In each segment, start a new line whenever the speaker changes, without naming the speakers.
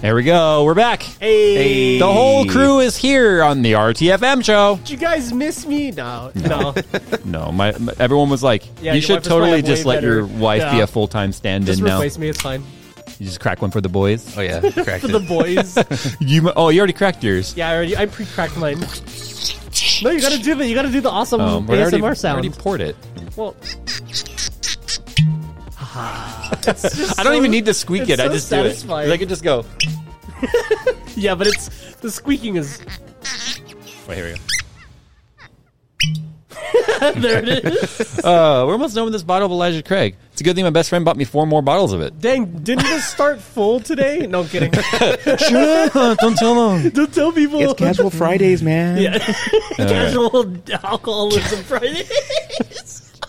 There we go. We're back.
Hey,
The whole crew is here on the RTFM show.
Did you guys miss me? No, no.
No, my, my- everyone was like,
Yeah,
you
your
should
wife is probably
totally
way
just let
better.
your wife be
Yeah.
a full time stand in
Just
now. You
replace me. It's fine.
just crack one for the boys.
Oh yeah, correct.
For the boys.
You mu- oh, you already cracked yours.
yeah, I already. I pre-cracked mine. No, you gotta do the. You gotta do the awesome
Um, we already,
ASMR
we
sound.
already poured it.
well,
I don't even need to squeak
it's
it. I
so
just
satisfying.
do it. I could just go.
yeah, but it's the squeaking is.
Wait, here we go.
there it is.
Uh, we're almost done with this bottle of Elijah Craig. It's a good thing my best friend bought me four more bottles of it.
Dang, didn't this start full today? No I'm kidding.
don't tell them.
don't tell people.
It's casual Fridays, man.
Yeah. Casual alcoholism Friday.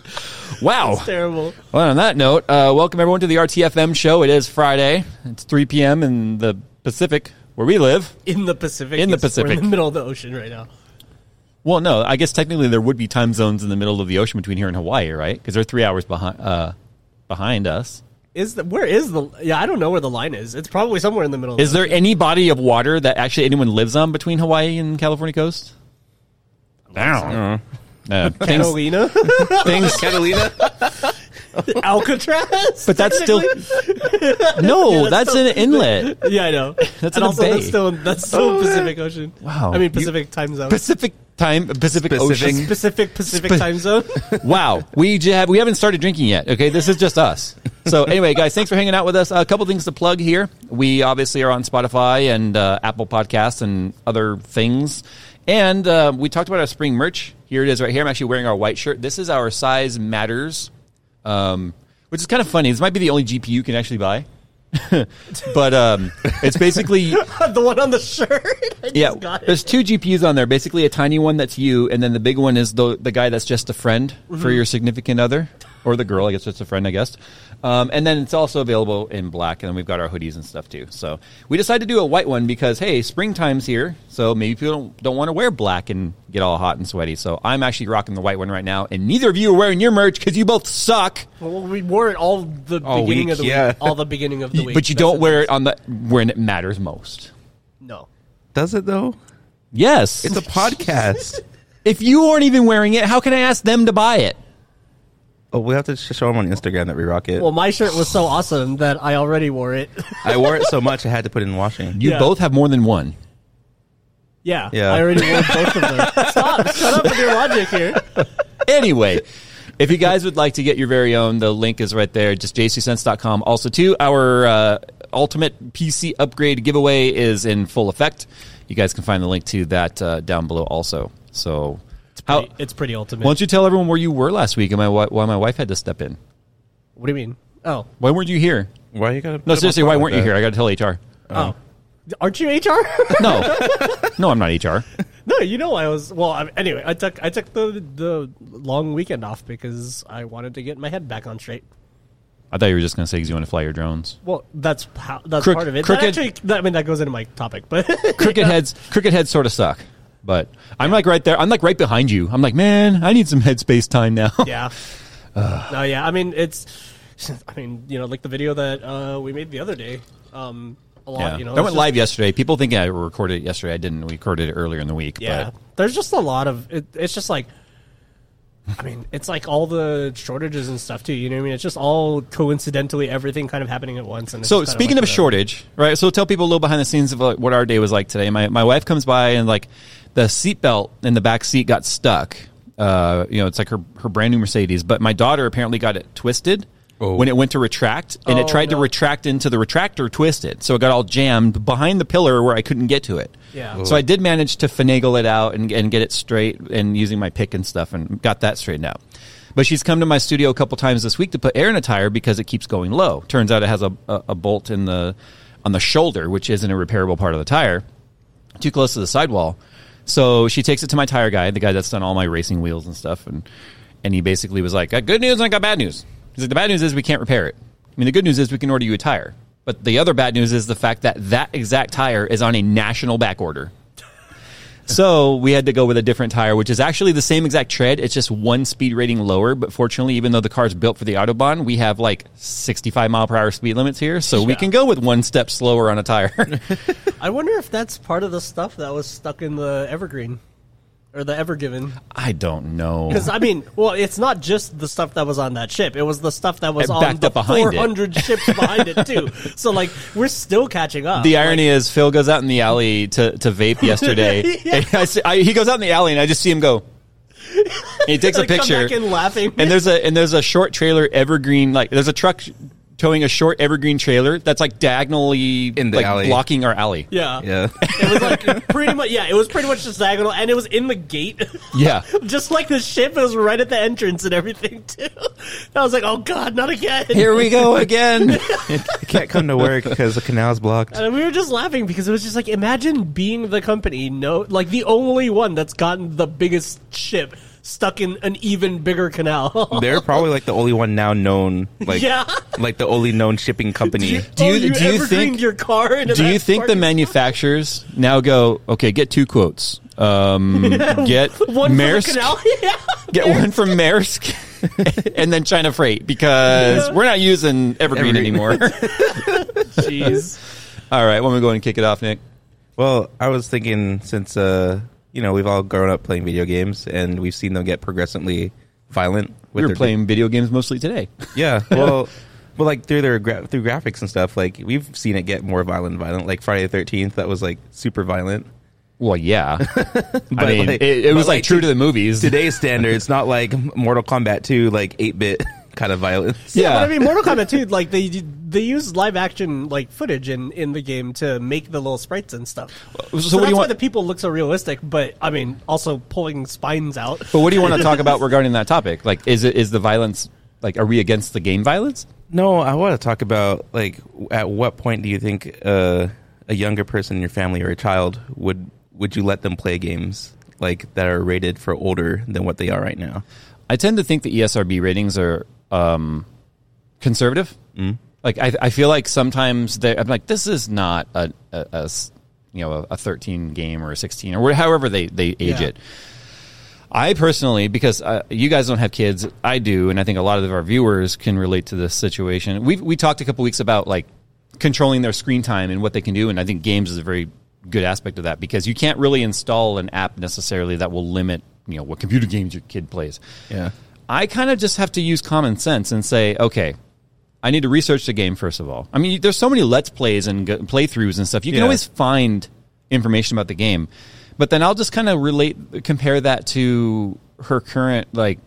Wow.
Terrible.
Well, on that note, uh, welcome everyone to the RTFM show. It is Friday. It's 3 p.m. in the Pacific, where we live.
In the Pacific.
In the
Yes, we're
Pacific.
in the middle of the ocean right now.
Well, no, I guess technically there would be time zones in the middle of the ocean between here and Hawaii, right? Because they're three hours behind uh, behind us.
Is the, where is the? Yeah, I don't know where the line is. It's probably somewhere in the middle.
Is there any body of water that actually anyone lives on between Hawaii and California coast? Down. Uh, things,
Catalina,
things,
Catalina.
Alcatraz,
but that's still no. that's an inlet.
yeah, I know.
That's in
and
a
also
bay.
that's still that's still Pacific Ocean.
Wow.
I mean
You-
Pacific time zone,
Pacific time, Pacific
Specific.
Ocean.
Pacific Pacific time zone.
Wow, we j- have we haven't started drinking yet. Okay, this is just us. So anyway, guys, thanks for hanging out with us. a couple things to plug here. We obviously are on Spotify and uh, Apple Podcasts and other things. And uh, we talked about our spring merch. Here it is, right here. I'm actually wearing our white shirt. This is our size matters, um, which is kind of funny. This might be the only GPU you can actually buy. but um, it's basically
the one on the shirt. I
yeah,
just got it.
there's two GPUs on there. Basically, a tiny one that's you, and then the big one is the the guy that's just a friend
Mm-hmm.
for your significant other or the girl. I guess just a friend, I guess. Um, and then it's also available in black, and then we've got our hoodies and stuff too. So we decided to do a white one because hey, springtime's here, so maybe people don't, don't want to wear black and get all hot and sweaty. So I'm actually rocking the white one right now, and neither of you are wearing your merch because you both suck.
Well, we wore it all the
All
beginning
week,
of the
yeah.
week, all the beginning of the week.
but you
That's
don't
the
wear it
thing.
on the when it matters most.
No,
Does it though?
Yes,
It's a podcast.
if you aren't even wearing it, how can I ask them to buy it?
oh, we have to sh- show them on Instagram that we rock it.
well, my shirt was so awesome that I already wore it.
I wore it so much I had to put it in washing.
You
Yeah.
both have more than one.
yeah,
Yeah.
I already wore both of them. Stop! Shut up with your logic here.
anyway, if you guys would like to get your very own, the link is right there, just jcsense.com. Also, too, our uh, ultimate PC upgrade giveaway is in full effect. You guys can find the link to that uh, down below also. So, how,
It's pretty ultimate.
why don't Oh. you tell everyone where you were last week and my, wi- why my wife had to step in?
what do you mean? Oh,
Why weren't you here?
Why you gotta? put it
No,
on
seriously,
top
why
like
weren't you
that?
here? I got to tell HR.
oh, aren't you HR?
No, no, I'm not HR.
No, you know I was well. I, anyway, I took I took the the long weekend off because I wanted to get my head back on straight.
I thought you were just going to say because you want to fly your drones.
Well, that's how that's
Crook-
part of it.
crooked-
That actually, that, I mean, that goes into my topic, but
cricket heads cricket heads sort of suck but i'm like right there i'm like right behind you i'm like man i need some headspace time now
yeah, no, yeah. I mean, it's I mean, you know, like the video that uh, we made the other day. Um, a lot,
Yeah.
you know,
that
it's
went
just-
live yesterday people think i recorded it yesterday i didn't we recorded it earlier in the week
Yeah, there's just a lot of it, it's just like. I mean, it's like all the shortages and stuff too. You know what I mean? It's just all coincidentally everything kind of happening at once. And
but so speaking of, shortage right so tell people a little behind the scenes of like, what our day was like today my, my wife comes by and like the seatbelt in the back seat got stuck uh, you know it's like her, her brand new mercedes but my daughter apparently got it twisted
Oh.
when it went to retract and it
Oh,
tried to
no.
retract into the retractor twisted so it got all jammed behind the pillar where i couldn't get to it
Yeah.
So I did manage to finagle it out and, and get it straight and using my pick and stuff and got that straightened out. But she's come to my studio a couple times this week to put air in a tire because it keeps going low. Turns out it has a, a, a bolt in the on the shoulder, which isn't a repairable part of the tire, too close to the sidewall. So she takes it to my tire guy, the guy that's done all my racing wheels and stuff, and and he basically was like, "Got good news and I got bad news." He's like, "The bad news is we can't repair it. I mean, the good news is we can order you a tire." But the other bad news is the fact that that exact tire is on a national back order. So we had to go with a different tire, which is actually the same exact tread. It's just one speed rating lower. But fortunately, even though the car's built for the autobahn, we have like 65 mile per hour speed limits here, so we
Yeah.
can go with one step slower on a tire.
I wonder if that's part of the stuff that was stuck in the Evergreen or the Evergiven.
I don't know.
Because I mean, well, it's not just the stuff that was on that ship; it was the stuff that
It
was on
backed
the
up behind it.
400 ships behind it too. So like, we're still catching up.
The irony is, Phil goes out in the alley to, to vape yesterday.
Yeah.
and I see- I- he goes out in the alley, and I just see him go. And he takes a
Like, come
picture,
back in laughing.
and there's a and there's a short trailer evergreen. Like there's a truck towing a short evergreen trailer that's like diagonally
In the
like,
alley.
blocking our alley.
yeah,
Yeah.
It was like pretty much yeah. It was pretty much just diagonal, and it was in the gate,
Yeah.
just like the ship. It was right at the entrance and everything too. I was like, oh god, not again.
Here we go again.
I can't come to work because the canal's blocked.
And we were just laughing because it was just like, imagine being the company, no, like the only one that's gotten the biggest ship stuck in an even bigger canal.
They're probably like the only one now known, like,
Yeah.
like the only known shipping company.
Do you-
Oh,
do you
evergreened
think-
your car? into
Do you
that
think the
parking-
manufacturers now go okay? Get two quotes. Um, get
one for the
Maersk.
canal? yeah,
Get one from Maersk, and then China Freight because we're not using Evergreen,
Evergreen.
anymore.
jeez.
All right, when we go and kick it off, Nick.
Well, I was thinking since uh, you know we've all grown up playing video games and we've seen them get progressively violent. With
We were
their-
playing video games mostly today.
yeah. Well, well, like through their gra- through graphics and stuff, like we've seen it get more violent, violent. Like Friday the Thirteenth, that was like super violent.
Well, yeah. I mean,
like-
it, it was
but,
like,
like,
true to the movies.
Today's standards, not like Mortal Kombat Two, like eight bit kind of violence.
Yeah.
But I mean, Mortal Kombat 2, like they they use live action like footage in in the game to make the little sprites and stuff.
So what
So,
do you
that's why
want-
the people look so realistic. But I mean, also pulling spines out.
But what do you want to talk about regarding that topic? Like, is it is the violence? Like, are we against the game violence?
No, I want to talk about like w- at what point do you think uh, a younger person in your family or a child would would you let them play games like that are rated for older than what they are right now?
I tend to think the E ESRB ratings are um, conservative. Like I, I feel like sometimes they, I'm like, this is not a, a- a s- you know a, a 13 game or a 16 or wh- however they they age
Yeah.
it. I personally, because uh, you guys don't have kids, I do, and I think a lot of our viewers can relate to this situation. We we talked a couple weeks about like controlling their screen time and what they can do, and I think games is a very good aspect of that because you can't really install an app necessarily that will limit you know what computer games your kid plays.
Yeah.
I kind of just have to use common sense and say, okay, I need to research the game first of all. I mean, there's so many let's plays and g- playthroughs and stuff. You can
Yeah.
always find information about the game, but then I'll just kind of relate, compare that to her current like.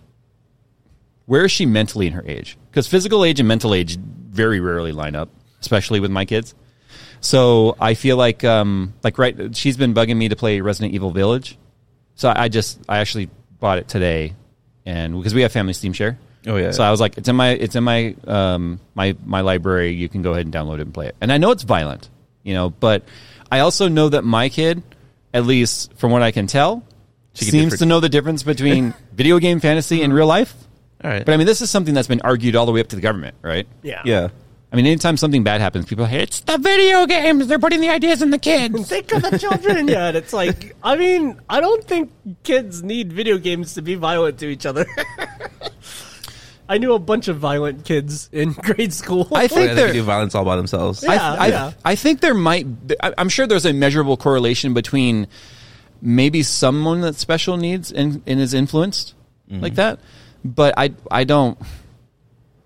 Where is she mentally in her age? Because physical age and mental age very rarely line up, especially with my kids. So I feel like, um, like right, she's been bugging me to play Resident Evil Village. So I I just I actually bought it today, and because we have family Steam share.
Oh, yeah.
So I was like, it's in my it's in my um my my library. You can go ahead and download it and play it. And I know it's violent, you know, but I also know that my kid, at least from what I can tell,
can
seems
differ-
to know the difference between video game fantasy and real life.
All right.
But I mean, this is something that's been argued all the way up to the government, right?
Yeah.
yeah.
I mean, anytime something bad happens, people are like, it's the video games. They're putting the ideas in the kids.
Think of the children. yeah, and it's like I mean, I don't think kids need video games to be violent to each other. I knew a bunch of violent kids in grade school.
I
Like,
think
they can
they're
do violence all by themselves.
I,
Yeah,
I,
yeah.
I think there might. I- I'm sure there's a measurable correlation between maybe someone that's special needs and, and is influenced
Mm-hmm.
like that, but I I don't.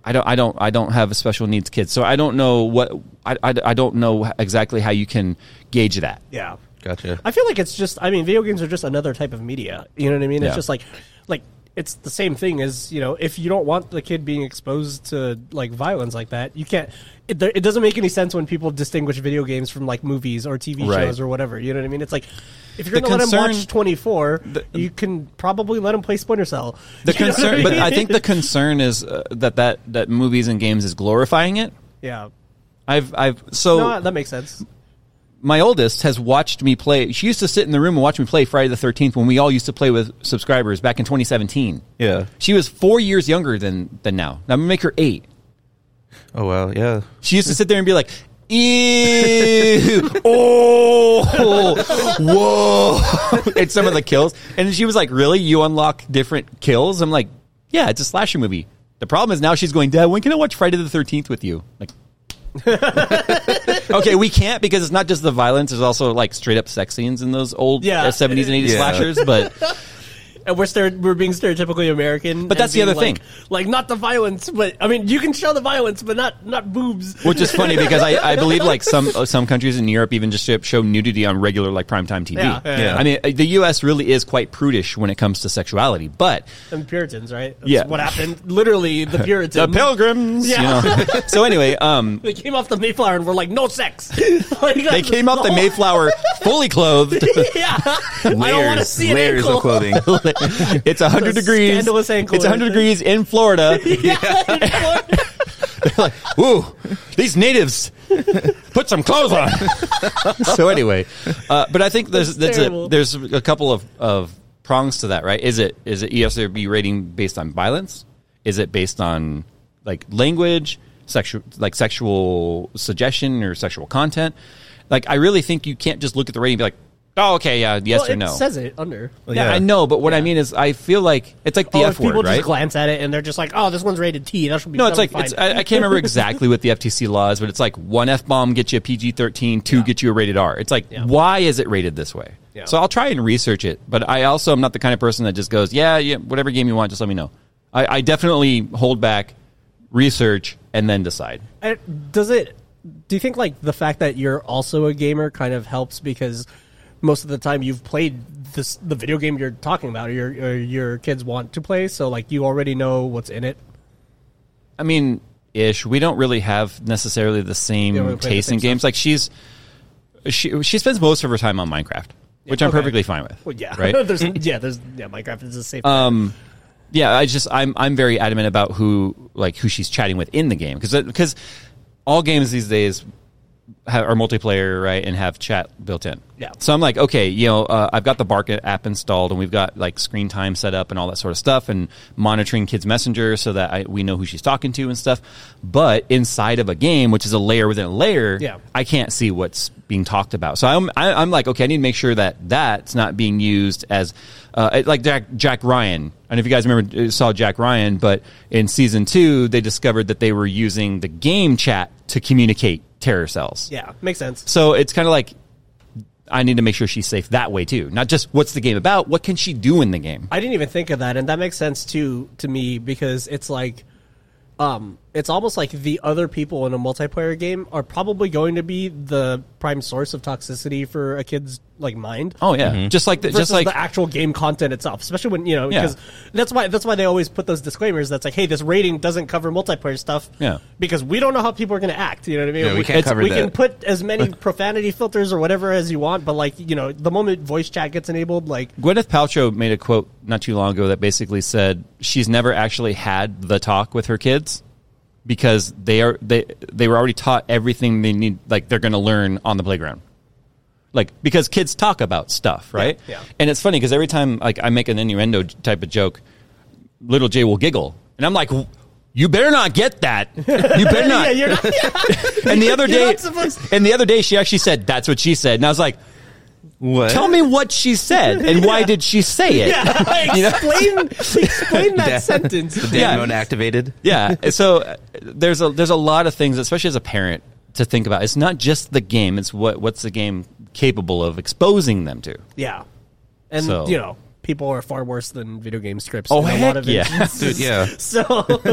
I don't, I don't, I don't have a special needs kid, so I don't know what I, I, I don't know exactly how you can gauge that.
yeah.
Gotcha.
I feel like it's just. I mean, video games are just another type of media. You know what I mean?
Yeah.
It's just like, like it's the same thing as you know. If you don't want the kid being exposed to like violence like that, you can't. It, there- it doesn't make any sense when people distinguish video games from like movies or TV
Right.
shows or whatever. You know what I mean? It's like if you're
The
gonna let him
concern-
watch 24, you can probably let him play Splinter Cell.
The
You know what
concern,
I
but
mean?
I think the concern is uh, that, that that movies and games is glorifying it.
yeah.
I've I've so
No, that makes sense.
my oldest has watched me play. She used to sit in the room and watch me play Friday the 13th when we all used to play with subscribers back in 2017.
Yeah.
She was four years younger than, than now. Now I'm going to make her eight.
Oh well. Yeah.
She used to sit there and be like, ew, oh, whoa. and some of the kills. And she was like, really? You unlock different kills? I'm like, yeah, it's a slasher movie. The problem is now she's going, Dad, when can I watch Friday the 13th with you? Like, okay, we can't because it's not just the violence. There's also like straight up sex scenes in those old
Yeah.
uh, 70s and 80s
Yeah.
slashers. But
and we're stere- we're being stereotypically American.
But
and
that's the
being
other
like-
thing.
like not the violence, but I mean you can show the violence, but not not boobs.
which is funny because I, I believe like some uh, some countries in Europe even just show- show nudity on regular like primetime TV.
Yeah, yeah,
Yeah.
I mean, uh, the U.S. really is quite prudish when it comes to sexuality, but
And Puritans, right? That's
Yeah.
what happened? Literally, the Puritans.
the pilgrims. you
Yeah.
know. so anyway, um,
They came off the Mayflower and were like, "No sex." Like,
they came up the
whole-
Mayflower fully clothed.
Yeah, I don't want to see an
layers
ankle.
of clothing.
it's hundred degrees.
scandalous ankle,
It's hundred
isn't it?
degrees in Florida.
Yeah.
like, ooh, these natives put some clothes on. so anyway, uh, but I think there's
That's
that's a,
terrible.
there's a couple of, of prongs to that, right? Is it is it E ESRB rating based on violence? Is it based on like language, sexual like sexual suggestion or sexual content? Like, I really think you can't just look at the rating and be like, oh, okay, yeah, yes
Well,
or no.
It says it under.
Well,
yeah,
yeah.
I know, but what I mean is, I feel like it's like the
Oh, if
F word,
people
right?
just glance at it and they're just like, "Oh, this one's rated T. That should be
No, it's like
that'll be
it's,
fine."
I, I can't remember exactly what the FTC law is, but it's like one f bomb gets you a PG thirteen, two gets you a rated R. It's like why is it rated this way?
Yeah.
So I'll try and research it, but I also am not the kind of person that just goes, yeah, yeah, whatever game you want, just let me know. I, I definitely hold back, research, and then decide.
I- does it do you think like the fact that you're also a gamer kind of helps because most of the time you've played this the video game you're talking about or your or your kids want to play so like you already know what's in it
I mean, ish. We don't really have necessarily the same
Yeah, we don't play the
taste in
same stuff.
games. Like she's she she spends most of her time on Minecraft, which I'm
okay.
perfectly fine with.
well yeah
right.
there's yeah there's yeah minecraft is a safe
um yeah i just i'm i'm very adamant about who like who she's chatting with in the game because because all games these days have, are multiplayer right and have chat built in
Yeah.
so i'm like okay you know uh, i've got the bark app installed and we've got like screen time set up and all that sort of stuff and monitoring kids messenger so that I, we know who she's talking to and stuff but inside of a game which is a layer within a layer
Yeah.
I can't see what's being talked about. So I'm I, I'm like, okay, I need to make sure that that's not being used as uh, it- like Jack Jack Ryan. I don't know if you guys remember uh, saw Jack Ryan, but in season two, they discovered that they were using the game chat to communicate terror cells.
yeah makes sense
So it's kind of like I need to make sure she's safe that way too, not just what's the game about. What can she do in the game?
i didn't even think of that and that makes sense too to me because it's like um it's almost like the other people in a multiplayer game are probably going to be the prime source of toxicity for a kid's like mind
Oh yeah, just like the,
Mm-hmm. versus
just like
the actual game content itself, especially when you know
Yeah.
because that's why that's why they always put those disclaimers. That's like, hey, this rating doesn't cover multiplayer stuff.
Yeah.
because we don't know how people are going to act. You know what I mean?
Yeah, we can't
it's-
cover
we
that.
can put as many profanity filters or whatever as you want, but like you know, the moment voice chat gets enabled, like
Gwyneth Paltrow made a quote not too long ago that basically said she's never actually had the talk with her kids because they are they they were already taught everything they need like they're going to learn on the playground. Like because kids talk about stuff, right?
yeah.
And it's funny because every time like I make an innuendo type of joke, little Jay will giggle, and I'm like, "You better not get that. You better not."
yeah, you're not,
and the other
you're
day,
not supposed-
and the other day, she actually said, "That's what she said," and I was like.
What?
Tell me what she said and why did she say it?
yeah, explain explain that sentence.
Damn
Yeah.
moan activated.
yeah. So uh, there's a there's a lot of things, especially as a parent, to think about. It's not just the game; it's what what's the game capable of exposing them to.
Yeah, and
So-
you know, people are far worse than video game scripts.
Oh,
in a
heck
lot of
yeah.
instances.
Dude, yeah.
So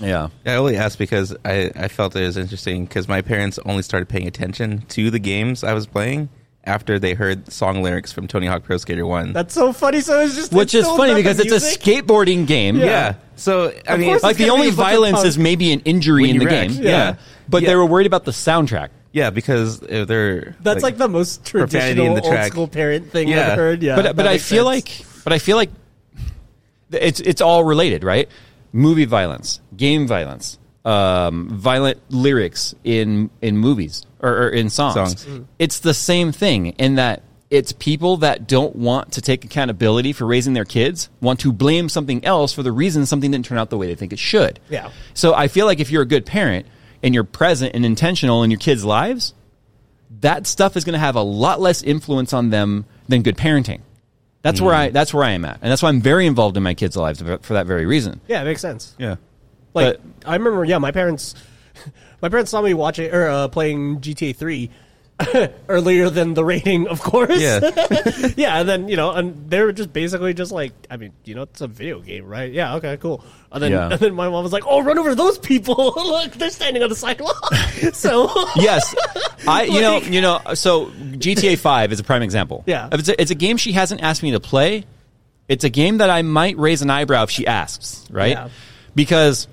Yeah.
I only asked because I, I felt it was interesting because my parents only started paying attention to the games I was playing after they heard song lyrics from Tony Hawk Pro Skater 1.
that's so funny. So it's just
Which
it's
is
still
funny
about the
because it's a
music.
skateboarding game.
yeah. So, I mean,
course
Like
It's
the
gonna
only
be a bunch of
violence
punk.
is maybe an injury
When
in
you
the
wreck.
game.
Yeah.
But
Yeah.
they were worried about the soundtrack.
yeah, because uh, they're.
That's like, the most
profanity
traditional
in the
old
track.
school parent thing
Yeah.
I've heard. Yeah,
but but I feel like but I feel like th- it's it's all related, right? Movie violence, game violence, um, violent lyrics in in movies or, or in songs.
Songs.
Mm.
It's the same thing in that it's people that don't want to take accountability for raising their kids want to blame something else for the reason something didn't turn out the way they think it should.
Yeah.
So I feel like if you're a good parent, and you're present and intentional in your kids' lives, that stuff is going to have a lot less influence on them than good parenting. That's where I that's where I am at, and that's why I'm very involved in my kids' lives for for that very reason.
Yeah, it makes sense.
Yeah.
Like
But-
I remember, yeah, my parents, my parents saw me watching or uh, playing GTA three earlier than the rating, of course.
Yeah.
yeah, and then you know, and they were just basically just like, I mean, you know, it's a video game, right? Yeah, okay, cool. And then,
Yeah.
and then my mom was like, "Oh, run over those people! Look, they're standing on the sidewalk." so
Yes, I you know
Like-
you know so GTA Five is a prime example.
Yeah.
it's a, it's a game she hasn't asked me to play. It's a game that I might raise an eyebrow if she asks, right?
Yeah.
Because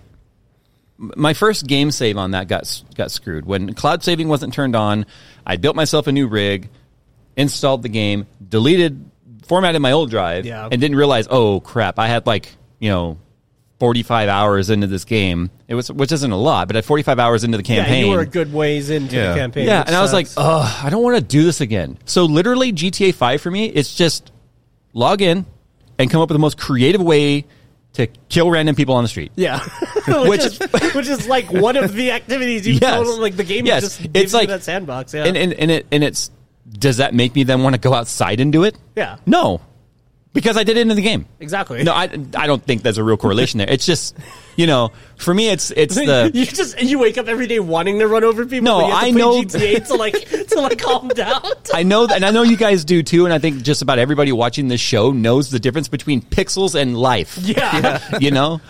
my first game save on that got got screwed when cloud saving wasn't turned on. I built myself a new rig, installed the game, deleted, formatted my old drive,
Yeah.
and didn't realize oh crap, I had like you know. 45 hours into this game, it was which isn't a lot, but at 45 hours into the
yeah,
campaign,
you were a good ways into
Yeah.
the campaign.
yeah,
which
and I was like,
sucks.
oh, I don't want to do this again. So literally, GTA Five for me, it's just log in and come up with the most creative way to kill random people on the street.
Yeah,
Which-
which is, which is like one of the activities you
Yes.
told like the game
Yes.
just
It's
gives you
like-
that sandbox. Yeah,
And and and it and it's does that make me then want to go outside and do it?
Yeah.
No, because I did it in the game.
exactly.
No, I I don't think there's a real correlation there. It's just you know, for me, it's it's the
you just you wake up every day wanting to run over people.
No,
but you have
I
to play
know-
GTA to like to like calm down.
I know, and I know you guys do too, and I think just about everybody watching this show knows the difference between pixels and life.
Yeah. yeah,
You know,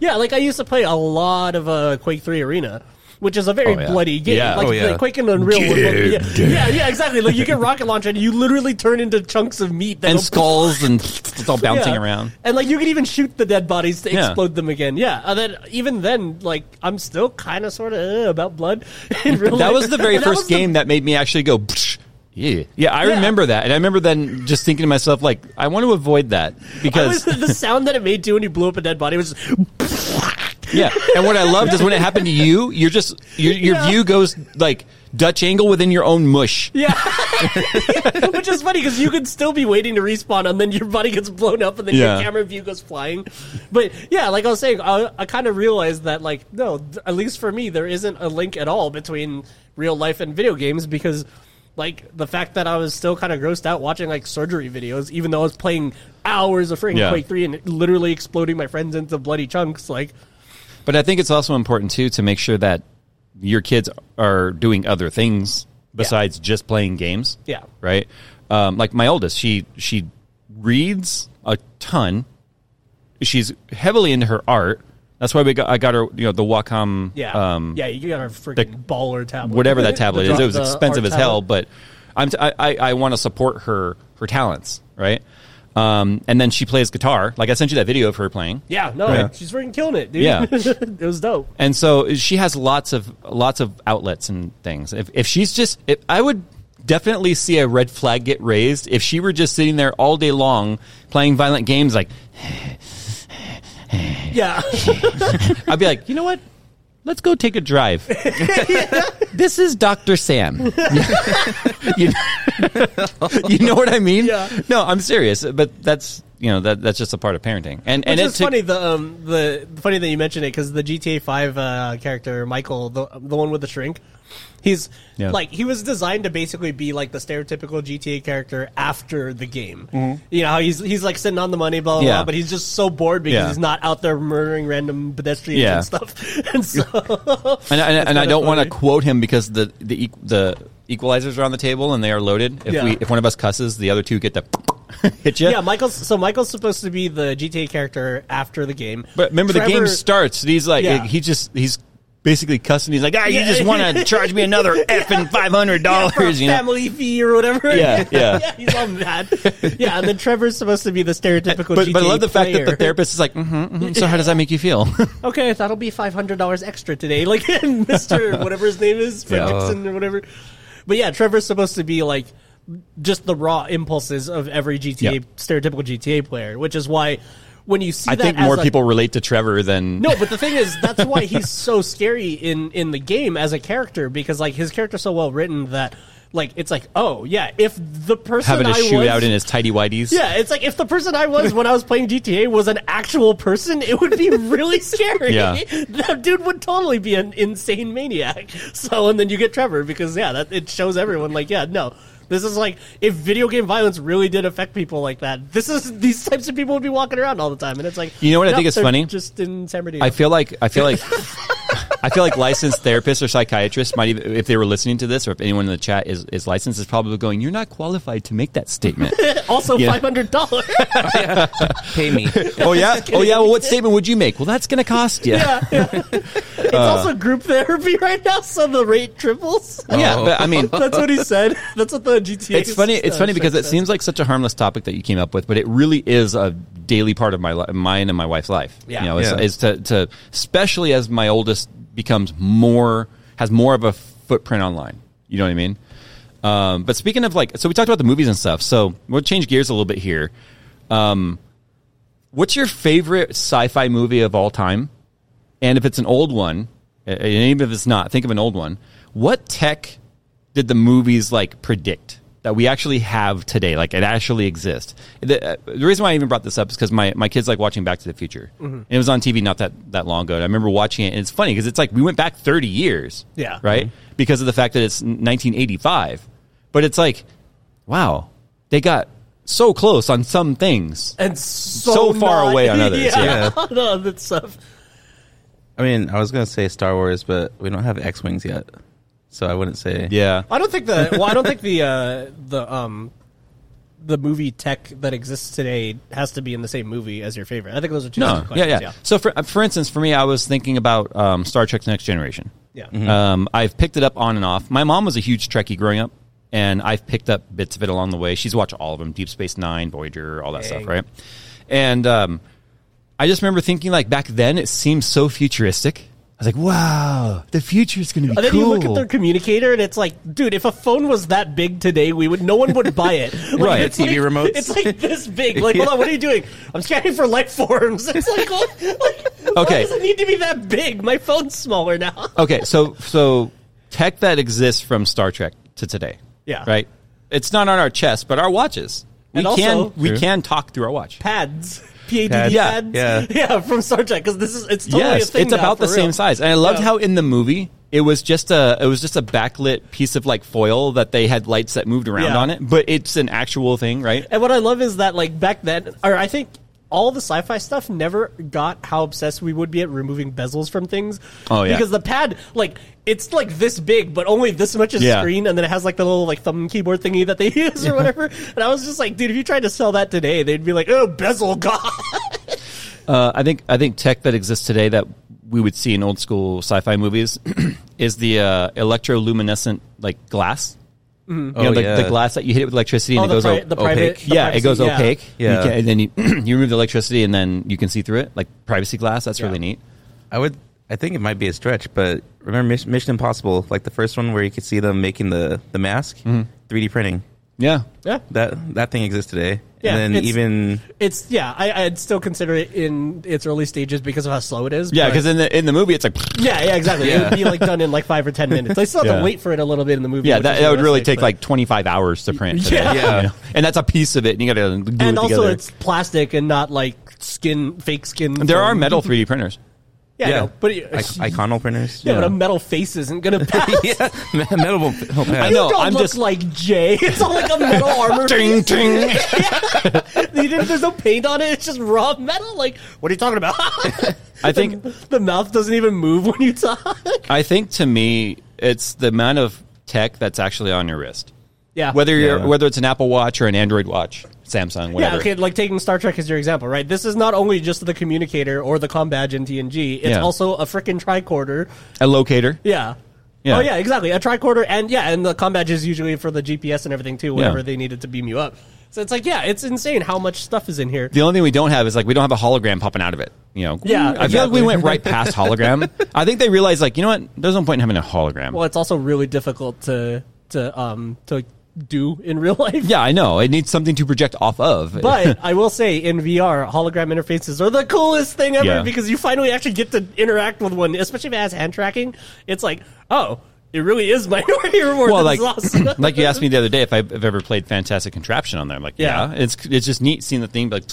Like I used to play a lot of uh, Quake Three Arena. Which is a very
Oh, yeah.
bloody game.
Yeah.
Like,
Oh,
yeah.
like Quake and Unreal. were both- yeah. yeah, yeah, exactly. Like you get rocket launch and you literally turn into chunks of meat that
and
go-
skulls and it's all bouncing
Yeah.
around.
And like you could even shoot the dead bodies to
Yeah.
explode them again. Yeah. And then even then, like I'm still kind of sort of uh, about blood. In real
that
life.
was the very
And that
first
was the-
game that made me actually go. "Psh." Yeah, yeah, I
Yeah.
remember that, and I remember then just thinking to myself, like, I want to avoid that
I
because,
was, the sound that it made too when you blew up a dead body was. just-
yeah. And what I loved is when it happened to you, you're just your your
Yeah.
view goes like Dutch angle within your own mush.
Yeah, which is funny because you could still be waiting to respawn, and then your body gets blown up, and then
Yeah.
your camera view goes flying. But yeah, like I was saying, I, I kind of realized that, like, no, th- at least for me, there isn't a link at all between real life and video games because, like, the fact that I was still kind of grossed out watching like surgery videos, even though I was playing hours of freaking
Yeah.
Quake Three and literally exploding my friends into bloody chunks, like.
But I think it's also important too to make sure that your kids are doing other things besides just playing games.
Yeah.
Right. Um, like my oldest, she she reads a ton. She's heavily into her art. That's why we got I got her you know the Wacom
Yeah,
um,
yeah, you got a freaking baller tablet,
whatever that
The
tablet
dro-
is. It was
the
expensive
art
as hell,
tablet.
but I'm t- I, I, I want to support her her talents, right? Um, and then she plays guitar. Like I sent you that video of her playing.
Yeah, no,
Yeah.
she's freaking killing it, dude.
Yeah.
it was dope.
and so uh, she has lots of lots of outlets and things. If if she's just, if, I would definitely see a red flag get raised if she were just sitting there all day long playing violent games. Like
Yeah,
I'd be like, you know what? Let's go take a drive. this is Doctor Sam. you, you know what I mean?
Yeah.
No, I'm serious, but that's you know that that's just a part of parenting. And and
and
it's
it's funny the um the funny that you mentioned it because the GTA Five uh, character Michael, the the one with the shrink, he's
Yeah.
like he was designed to basically be like the stereotypical GTA character after the game. You know, how he's he's like sitting on the money, blah blah,
Mm-hmm. Yeah.
blah but he's just so bored because
Yeah.
he's not out there murdering random pedestrians
Yeah.
and stuff. And so
And, and, and I
kinda
don't want to
funny.
quote him because the the eq- the equalizers are on the table and they are loaded. If
Yeah.
we if one of us cusses, the other two get to hit you.
yeah, Michael's so Michael's supposed to be the GTA character after the game.
but remember, the game
Trevor-
starts. and He's like
Yeah.
he just he's basically cussing. He's like, ah, you
Yeah.
just want to charge me another effing five hundred
for a
dollars. Oh, You know,
family fee or whatever.
Yeah, yeah.
he's on that. Yeah, and then Trevor's supposed to be the stereotypical.
but, but I
GTA
love the fact that the
player.
therapist is like, mhm, mhm, so how does that make you feel?
Okay, that'll be five hundred dollars extra today. Like Mister whatever his name is,
Yeah.
Fredrickson or whatever. But yeah, Trevor's supposed to be like just the raw impulses of every GTA
Yep.
stereotypical GTA player, which is why when you see
I
that
think
as
more
a-
people relate to Trevor than
No, but the thing is, that's why he's so scary in in the game as a character because like his character's so well written that like it's like oh yeah, if the person
having a
I
shootout
was,
in his tidy whities.
yeah, it's like if the person I was when I was playing GTA was an actual person, it would be really scary.
Yeah.
That dude would totally be an insane maniac. So, and then you get Trevor because yeah, that it shows everyone like yeah, no. This is like if video game violence really did affect people like that. This is these types of people would be walking around all the time, and it's like
You know what I
no,
think is
they're
funny?
Just in San Bernardino.
I feel like I feel like I feel like licensed therapists or psychiatrists might even if they were listening to this or if anyone in the chat is, is licensed is probably going, You're not qualified to make that statement.
also
Yeah.
five hundred dollars.
Pay me.
oh yeah? Oh yeah, well what statement would you make? Well that's gonna cost you.
yeah, yeah. it's
Uh.
also group therapy right now, so the rate triples.
Oh. Yeah, but I mean
That's what he said. That's what the GTA.
it's funny
uh,
it's funny because it seems like such a harmless topic that you came up with, but it really is a daily part of my li- mine and my wife's life.
Yeah.
You know, is,
Yeah.
is to, to especially as my oldest becomes more has more of a footprint online. You know what I mean? Um, but speaking of like, so we talked about the movies and stuff. So we'll change gears a little bit here. Um, what's your favorite sci-fi movie of all time? And if it's an old one, and even if it's not, think of an old one. What tech did the movies like predict that we actually have today? Like it actually exists. The, uh, the reason why I even brought this up is because my, my kids like watching Back to the Future.
Mm-hmm.
And it was on TV not that, that long ago. And I remember watching it. And it's funny because it's like we went back 30 years.
Yeah. Mm-hmm.
Right? Because of the fact that it's 1985. But it's like, wow, they got so close on some things.
and so,
so far
not-
away on others,
Yeah,
yeah.
on other stuff.
I mean, I was gonna say Star Wars, but we don't have X wings yet, so I wouldn't say.
Yeah.
I don't think the well, I don't think the uh, the um the movie tech that exists today has to be in the same movie as your favorite. I think those are two
No,
different
yeah,
questions.
yeah. So, for uh, for instance, for me, I was thinking about um, Star Trek's Next Generation.
Yeah.
Um, I've picked it up on and off. My mom was a huge Trekkie growing up, and I've picked up bits of it along the way. She's watched all of them: Deep Space Nine, Voyager, all that
Dang.
stuff, right? And um, I just remember thinking, like back then, it seemed so futuristic. I was like, "Wow, the future is going to be
And then
cool."
you look at their communicator, and it's like, dude, if a phone was that big today, we would no one would buy it. Like,
Right.
it's
TV
like,
remotes.
It's like this big. Like, hold on, what are you doing? I'm scanning for life forms. It's like, what, like why
Okay.
does it need to be that big? My phone's smaller now.
okay, so so tech that exists from Star Trek to today.
Yeah.
Right. It's not on our chest, but our watches. We
And
can
also-
we
True.
can talk through our watch.
Pads, P A D D
Pads.
Yeah,
pads,
yeah.
from Star Trek because this is it's totally a thing.
it's
now,
about
for
the
real.
same size. And I loved
Yeah.
how in the movie it was just a it was just a backlit piece of like foil that they had lights that moved around
Yeah.
on it, but it's an actual thing, right?
And what I love is that like back then, or I think all the sci-fi stuff never got how obsessed we would be at removing bezels from things.
Oh, yeah.
because the pad like it's like this big, but only this much is
Yeah.
screen, and then it has like the little like thumb keyboard thingy that they use or whatever. And I was just like, dude, if you tried to sell that today, they'd be like, oh, bezel god.
Uh, I think I think tech that exists today that we would see in old school sci-fi movies is the uh, electroluminescent like glass.
Oh,
you know, the,
yeah.
the glass that you hit it with electricity
Oh,
and it
the
goes
pri-
o-
the private-
opaque.
the
yeah,
privacy,
it goes
yeah.
opaque.
Yeah.
You can, and then you you remove the electricity and then you can see through it, like privacy glass. That's really
Yeah.
neat.
I would. I think it might be a stretch, but remember Mis- Mission Impossible, like the first one where you could see them making the the mask,
Mm-hmm.
3D printing.
Yeah,
yeah.
That that thing exists today.
Yeah,
and then
it's-
even
It's yeah, I, I'd still consider it in its early stages because of how slow it is.
yeah.
but-
Because in the in the movie, it's like
yeah, yeah, exactly. It
Yeah.
would be like done in like five or ten minutes. I still have
Yeah.
to wait for it a little bit in the movie.
Yeah,
which
that,
is
that would really
realistic,
take
but-
like 25 hours to print.
Yeah.
today,
Yeah.
And that's a piece of it, and you got to glue
and
it
also
together.
it's plastic and not like skin fake skin
there are
foam.
metal 3D printers.
yeah, I
yeah,
know, but it-
I- iconal printers.
yeah, but
yeah.
a metal face isn't gonna pass
yeah, metal. Oh,
I
man.
know.
You don't
I'm
look
just-
like Jay. It's all like a metal armor.
Ding,
face.
ding.
You didn't- There's no paint on it. It's just raw metal. Like, what are you talking about?
I think
the mouth doesn't even move when you talk.
I think to me it's the amount of tech that's actually on your wrist.
Yeah.
Whether you're
Yeah.
whether it's an Apple Watch or an Android Watch, Samsung, whatever.
Yeah, okay, like taking Star Trek as your example, right? This is not only just the communicator or the com badge in TNG, it's
Yeah.
also a freaking tricorder
A locator.
Yeah.
Yeah.
Oh yeah, exactly. A tricorder and yeah, and the com badge is usually for the GPS and everything too, whenever
Yeah.
they needed to beam you up. So it's like, yeah, it's insane how much stuff is in here.
The only thing we don't have is like we don't have a hologram popping out of it. You know.
Yeah,
I feel like
exactly.
we went right past hologram. I think they realized like you know what? There's no point in having a hologram.
Well, it's also really difficult to to um to do in real life.
Yeah, I know. It needs something to project off of.
But I will say, in VR, hologram interfaces are the coolest thing ever
Yeah.
because you finally actually get to interact with one, especially if it has hand tracking. It's like, oh, it really is Minority Report.
well, like,
This is awesome.
like you asked me the other day if I've I've ever played Fantastic Contraption on there. I'm like,
Yeah.
yeah, it's it's just neat seeing the thing. Like,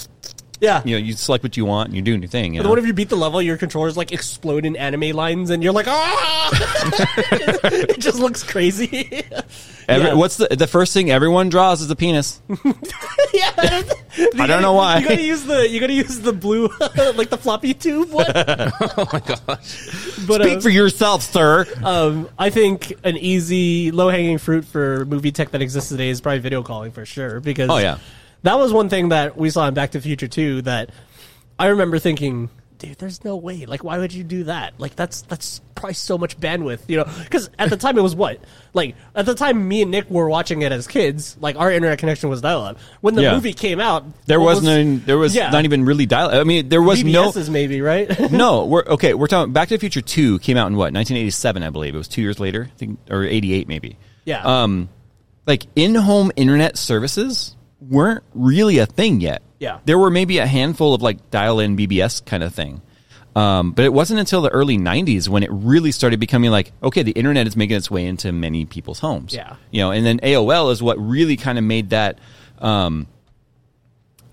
yeah.
you know, you select what you want and you do your thing. You
And
know?
what if you beat the level, your controllers like explode in anime lines, and you're like, ah! it just looks crazy.
Every-
Yeah.
What's the the first thing everyone draws is a penis?
yeah, I
don't know why.
You gotta use the you gotta use the blue, like the floppy tube. What? oh my gosh! But uh,
Speak for yourself, sir.
um, I think an easy low hanging fruit for movie tech that exists today is probably video calling for sure. Because
Oh, yeah.
that was one thing that we saw in Back to the Future too. That I remember thinking, dude, there's no way. Like, why would you do that? Like, that's that's probably so much bandwidth, you know? Because at the time it was what like at the time me and Nick were watching it as kids. Like our internet connection was dial up. When the
Yeah.
movie came out,
there
what
wasn't an- there was
yeah.
not even really dial. I mean, there was no
BBSs maybe right.
no, we're okay. We're talking Back to the Future Two came out in what 1987, I believe. It was two years later, I think, or 88 maybe.
Yeah.
Um, like in-home internet services weren't really a thing yet.
Yeah.
There were maybe a handful of like dial-in BBS kind of thing. Um, but it wasn't until the early 90s when it really started becoming like, okay, the internet is making its way into many people's homes.
Yeah.
You know, and then AOL is what really kind of made that, um,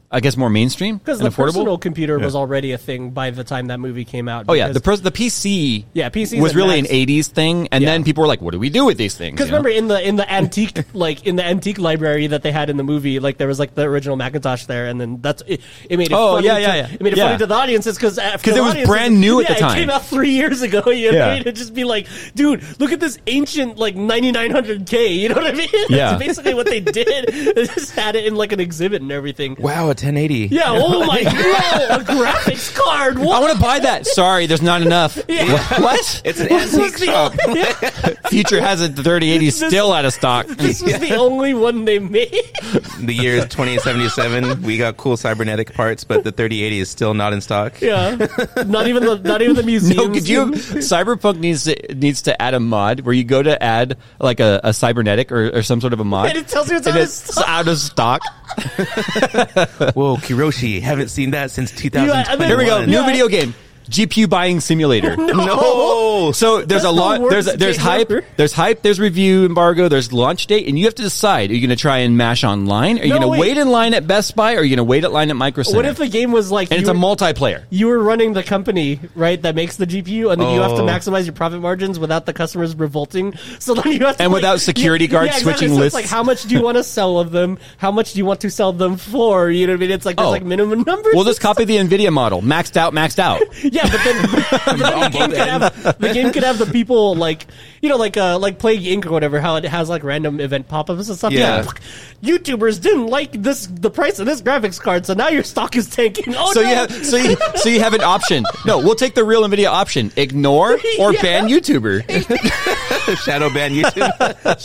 I guess, more mainstream
Because
and
the
affordable.
personal computer was already a thing by the time that movie came out.
Oh yeah, the
because-
pers- the PC
Yeah, PCs
was
and
really
Macs.
an '80s thing, and then people were like, "What do we do with these things?"
Because
you know?
remember in the in the antique like in the antique library that they had in the movie, like there was like the original Macintosh there, and then that's it. it made it
Oh,
funny
yeah,
to,
yeah, yeah.
it made it
Yeah.
funny to the audiences because
'Cause it was brand new at the
It
time.
came out three years ago. You know,
Yeah.
it'd just be like, dude, look at this ancient like 9900K. You know what I mean?
Yeah.
that's basically what they did. they just had it in like an exhibit and everything.
Wow, a 1080.
Yeah. Oh my god, a graphics card. What?
I want to buy that. Sorry, there's not enough.
Yeah.
What?
It's an
This was
antique
the-
shop.
Future has it. The 3080
This-
still out of stock.
This was the only one they made.
the year is 2077. We got cool cybernetic parts, but the 3080 is still not in stock.
Yeah, not even the not even the museum.
No, could you? Cyberpunk needs to, needs to add a mod where you go to add like a, a cybernetic or, or some sort of a mod,
And it tells you it's out of stock.
out of stock.
Whoa, Kiroshi, haven't seen that since
I mean-
2000.
Here we go. New
Yeah.
video game. GPU buying simulator.
No.
So there's
That's
a
the
lot. there's
worst
there's
gig
hype.
ever.
There's hype. There's review embargo. There's launch date, and you have to decide: Are you going to try and mash online? Are you
No,
going
wait.
to wait in line at Best Buy? Or are you going to wait at line at Microsoft?
What if the game was like
and
you,
it's a
were-
multiplayer?
you were running the company right that makes the GPU, and then you have to
Oh.
maximize your profit margins without the customers revolting. So then you have to
And
like-
without security
Yeah,
guards
yeah, exactly.
switching
So it's
lists.
Like how much do you want to sell of them? How much do you want to sell them for? You know what I mean? It's like there's
Oh.
like minimum numbers.
We'll just copy the Nvidia model, maxed out, maxed out.
Yeah, but then, but then the, game could have, the game could have the people like you know like uh, like Plague Inc or whatever how it has like random event pop ups and stuff.
Yeah.
Like, YouTubers didn't like this the price of this graphics card, so now your stock is tanking. Oh
So
no!
you have so you, so you have an option. No, we'll take the real Nvidia option: ignore or
Yeah.
ban YouTuber.
Shadow ban YouTube.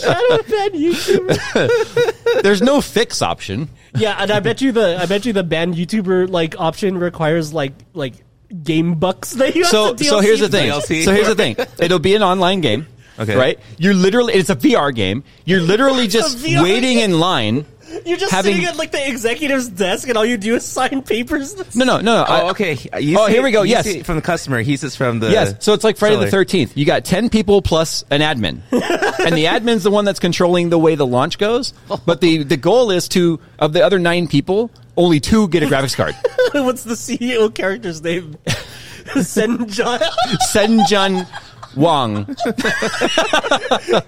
Shadow of banned YouTuber.
There's no fix option.
yeah, and I bet you the I bet you the banned YouTuber like option requires like like game bucks that you have
so
to
so here's the
DLC.
thing.
DLC.
So here's the thing. It'll be an online game.
Okay.
Right? You're literally it's a VR game. You're literally
a
just
VR
waiting in line.
You're just
having-
sitting at like the executive's desk, and all you do is sign papers.
No, no, no, no. I-
Oh, okay. You
Oh,
see-
here we go.
you
Yes.
see it from the customer. He says from the.
Yes. So it's like Friday the
seller.
13th. You got 10 people plus an admin. and the admin's the one that's controlling the way the launch goes. But the, the goal is to, of the other nine people, only two get a graphics card.
What's the CEO character's name? Senjata.
Senjun Wang.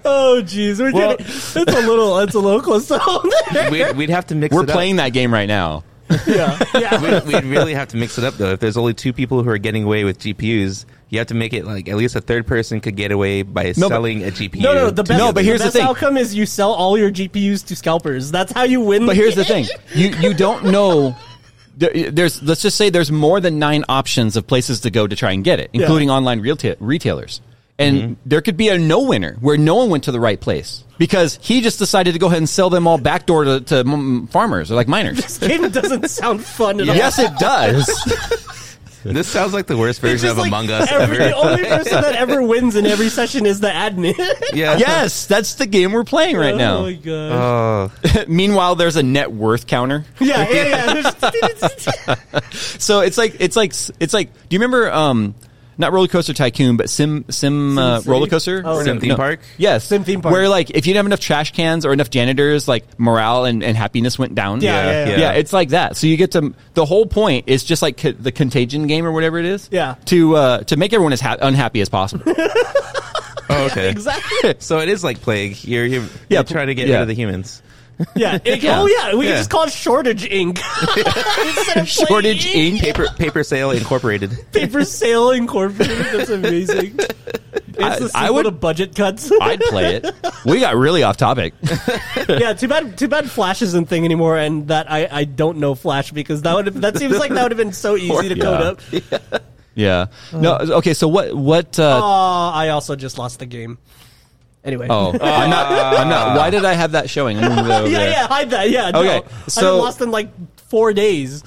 Oh, jeez, we're
Well-
getting it's a little, it's a little close to home. There.
We'd, we'd have to mix
We're
it up.
playing that game right now.
yeah, yeah.
we'd, we'd really have to mix it up though. If there's only two people who are getting away with GPUs, you have to make it like at least a third person could get away by
but-
selling a GPU.
No, no. The
to
best,
No, but here's the
best
thing.
outcome is you sell all your GPUs to scalpers. That's how you win.
But here's the thing: you you don't know. there- There's let's just say there's more than nine options of places to go to try and get it, including online retail retailers. And there could be a no winner where no one went to the right place because he just decided to go ahead and sell them all backdoor to, to m- farmers or like miners.
This game doesn't sound fun at all.
yes, it does.
This sounds like the worst
It's
version
just
of
like
Among Us
every-
ever.
The only person that ever wins in every session is the admin.
Yeah.
yes, that's the game we're playing right
Oh
now.
my god.
Oh,
Meanwhile, there's a net worth counter.
yeah, yeah, yeah.
So it's like it's like it's like. Do you remember? Um, not roller coaster tycoon, but sim sim, uh,
City?
roller coaster.
Oh,
Or
Sim theme park?
Yes,
Sim theme park.
Where like if you didn't have enough trash cans or enough janitors, like morale and, and happiness went down.
Yeah, yeah, yeah.
yeah. It's like that. So you get to the whole point is just like co- the contagion game or whatever it is.
Yeah.
To uh, to make everyone as ha- unhappy as possible.
Oh, okay.
exactly.
So it is like plague. You're, you're,
Yeah,
you're trying to get
yeah.
rid of the humans.
Yeah. it-
Yeah.
Oh yeah, we
Yeah.
can just call it shortage ink. Instead of plain
Shortage ink.
Paper, paper sale incorporated.
Paper sale incorporated. That's amazing. It's
I-
the
I
sequel
would-
to budget cuts.
I'd play it. We got really off topic.
yeah, too bad. Too bad Flash isn't thing anymore, and that I, I don't know Flash because that would that seems like that would have been so easy to
Yeah.
code up.
Yeah. No.
Uh.
Okay. So what? What? Uh,
Oh, I also just lost the game. Anyway.
oh, I'm not. I'm not. Why did I have that showing? I'm gonna move it over
yeah,
there.
yeah, hide that. Yeah,
Okay,
no. I
so-
lost in like four days.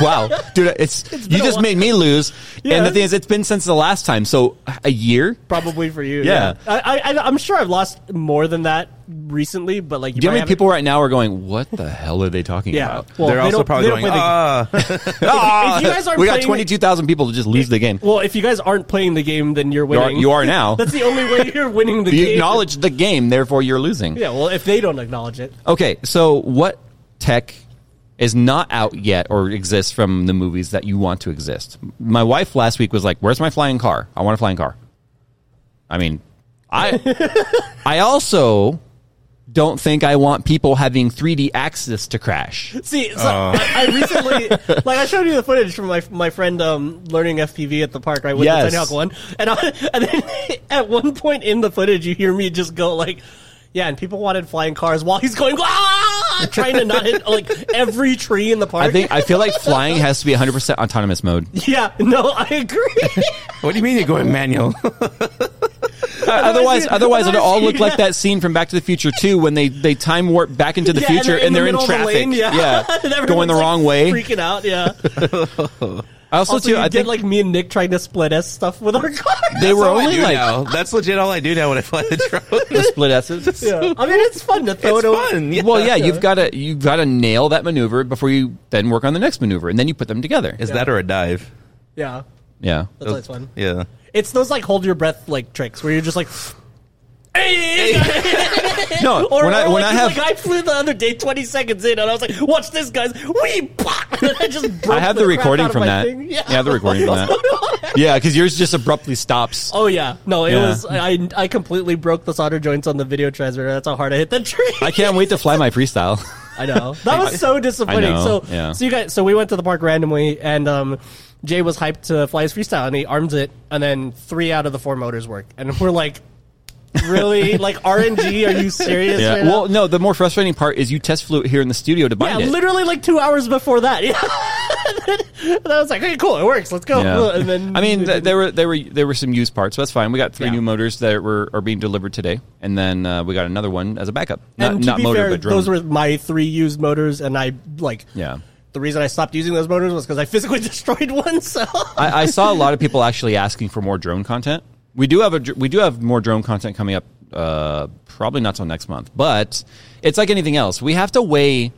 Wow, dude, it's, you
a
just
while.
made me lose.
Yeah.
And the thing is, it's been since the last time. So a year.
Probably for you.
Yeah.
I, I, I'm sure I've lost more than that recently, but like,
Do you know
might
how many
have-
people right now are going, what the hell are they talking
Yeah.
about?
Well,
They're
they
also
don't-
probably
they don't
going,
play the-
ah.
Ah,
if you guys aren't
we got
playing-
22,000 people to just lose the game.
Well, if you guys aren't playing the game, then you're
You are,
winning.
you are now.
That's the only way you're winning the
you
game.
acknowledge the game, therefore you're losing.
Yeah. Well, if they don't acknowledge it,
Okay, so what tech is not out yet or exists from the movies that you want to exist? My wife last week was like, "Where's my flying car? I want a flying car." I mean, I I also don't think I want people having 3D access to crash.
see, so
Oh.
I, I recently, like, I showed you the footage from my my friend um, learning FPV at the park. I went
Yes.
to Tony Hawk One, and I, and then at one point in the footage, you hear me just go like, "Yeah," and people wanted flying cars while he's going, "Ah!" trying to not hit like every tree in the park.
I think I feel like flying has to be 100% autonomous mode.
Yeah, no, I agree.
What do you mean you're going manual?
otherwise,
you-
otherwise it'll all look like
yeah.
that scene from Back to the Future 2 when they they time warp back into the
Yeah,
future and they're in,
middle of the
traffic.
lane, And
yeah.
everyone's,
going the
like,
wrong way.
freaking out. Yeah.
I also,
also,
too,
you
I
get
think
like me and Nick trying to split S stuff with our car.
they were
That's all I
only
do
like
now. that's legit all I do now when I fly the drone.
the split S's.
Yeah. I mean, it's fun to throw
it's
it over.
fun. Yeah.
Well, yeah, you've got to you've got to nail that maneuver before you then work on the next maneuver, and then you put them together.
Is that or a dive?
Yeah,
yeah,
that's always fun.
Yeah.
It's those like hold your breath like tricks where you're just like.
no.
Or,
when
or,
I when
like,
I
he's
have
like I flew the other day, twenty seconds in, and I was like, "Watch this, guys! We!" pop!" And I just broke
I have
the,
the
crap
recording
out of
from
my
that.
thing.
Yeah, I have the recording from that. yeah, because yours just abruptly stops.
Oh yeah, no, it
Yeah.
was. I I completely broke the solder joints on the video transmitter. That's how hard I hit the tree.
I can't wait to fly my freestyle.
I know. That was so disappointing.
I know,
So
yeah.
so you guys so we went to the park randomly and um Jay was hyped to fly his freestyle and he arms it and then three out of the four motors work. And we're like Really? like RNG, are you serious?
yeah.
right now?
Well, no. The more frustrating part is you test flew it here in the studio to
yeah,
bind it.
literally like two hours before that. Yeah. and I was like, Hey cool, it works, let's go.
Yeah.
And then
I mean, th- there were there were there were some used parts, so that's fine. We got three
Yeah.
new motors that were are being delivered today, and then uh, we got another one as a backup. Not,
and to
not
be
motor,
fair,
but drone.
those were my three used motors and I like
yeah.
the reason I stopped using those motors was because I physically destroyed one, so
I, I saw a lot of people actually asking for more drone content. We do have a dr- we do have more drone content coming up. Uh, probably not till next month, but it's like anything else. We have to weigh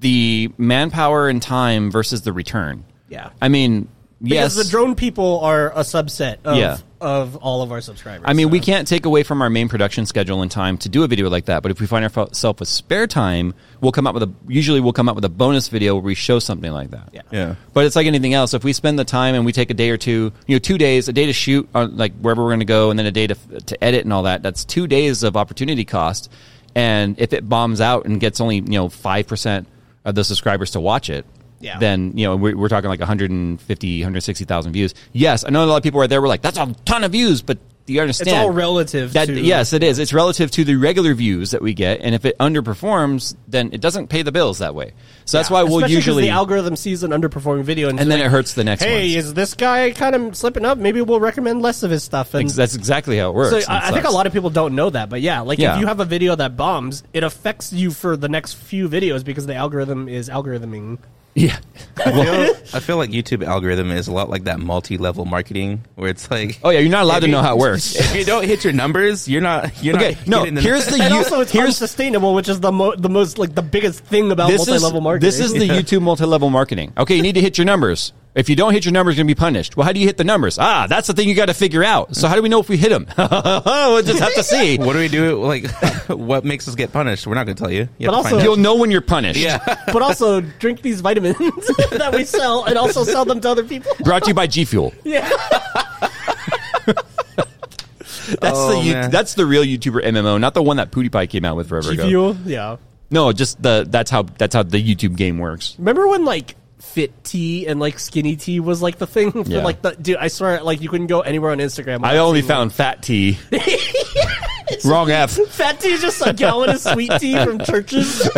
the manpower and time versus the return.
Yeah.
I mean,
Because
yes,
the drone people are a subset of,
Yeah.
of all of our subscribers.
I mean, we
so.
can't take away from our main production schedule and time to do a video like that. But if we find ourselves with spare time, we'll come up with a usually we'll come up with a bonus video where we show something like that.
Yeah.
Yeah.
But it's like anything else. If we spend the time and we take a day or two, you know, two days, a day to shoot on like wherever we're going to go, and then a day to to edit and all that. That's two days of opportunity cost. And if it bombs out and gets only you know five percent of the subscribers to watch it,
Yeah.
then you know we're, we're talking like 150, 160,000 views. Yes, I know a lot of people right there were like, "That's a ton of views," but do you understand?
all relative
That,
to-
yes, it is. It's relative to the regular views that we get, and if it underperforms, then it doesn't pay the bills that way. So that's why we'll
Especially 'cause
usually
the algorithm sees an underperforming video and,
and then it hurts the next
hey,
ones.
is this guy kind of slipping up? Maybe we'll recommend less of his stuff. And
Ex- That's exactly how it works.
so
It
I, I think a
sucks.
lot of people don't know that, but yeah, like
Yeah.
if you have a video that bombs, it affects you for the next few videos because the algorithm is algorithming.
Yeah.
I feel, I feel like YouTube algorithm is a lot like that multi-level marketing where it's like,
Oh yeah, you're not allowed
If
to
you-
know how it works.
if you don't hit your numbers, you're not. You're
Okay,
not
no.
getting
Here's the
and
you-
also it's
here's
unsustainable, which is the mo- the most like the biggest thing about multi-level
is,
marketing.
This is the
Yeah.
YouTube multi-level marketing. Okay, you need to hit your numbers. If you don't hit your numbers, you're going to be punished. Well, how do you hit the numbers? Ah, that's the thing you got to figure out. So how do we know if we hit them? we'll just have to see.
What do we do? Like, what makes us get punished? We're not going to tell you. you
But
have to
also-
find
You'll
out.
know when you're punished. Yeah.
but also drink these vitamins that we sell and also sell them to other people.
Brought to you by G Fuel.
Yeah.
That's
Oh,
the you,
man.
that's the real YouTuber MMO, not the one that PewDiePie came out with forever ago.
Fuel. Yeah.
No, just the that's how that's how the YouTube game works.
Remember when like fit tea and like skinny tea was like the thing for
Yeah.
like the dude, I swear like you couldn't go anywhere on Instagram.
I
without
only
seeing, like,
found fat tea. Wrong F.
Fat tea is just a gallon of sweet tea from churches,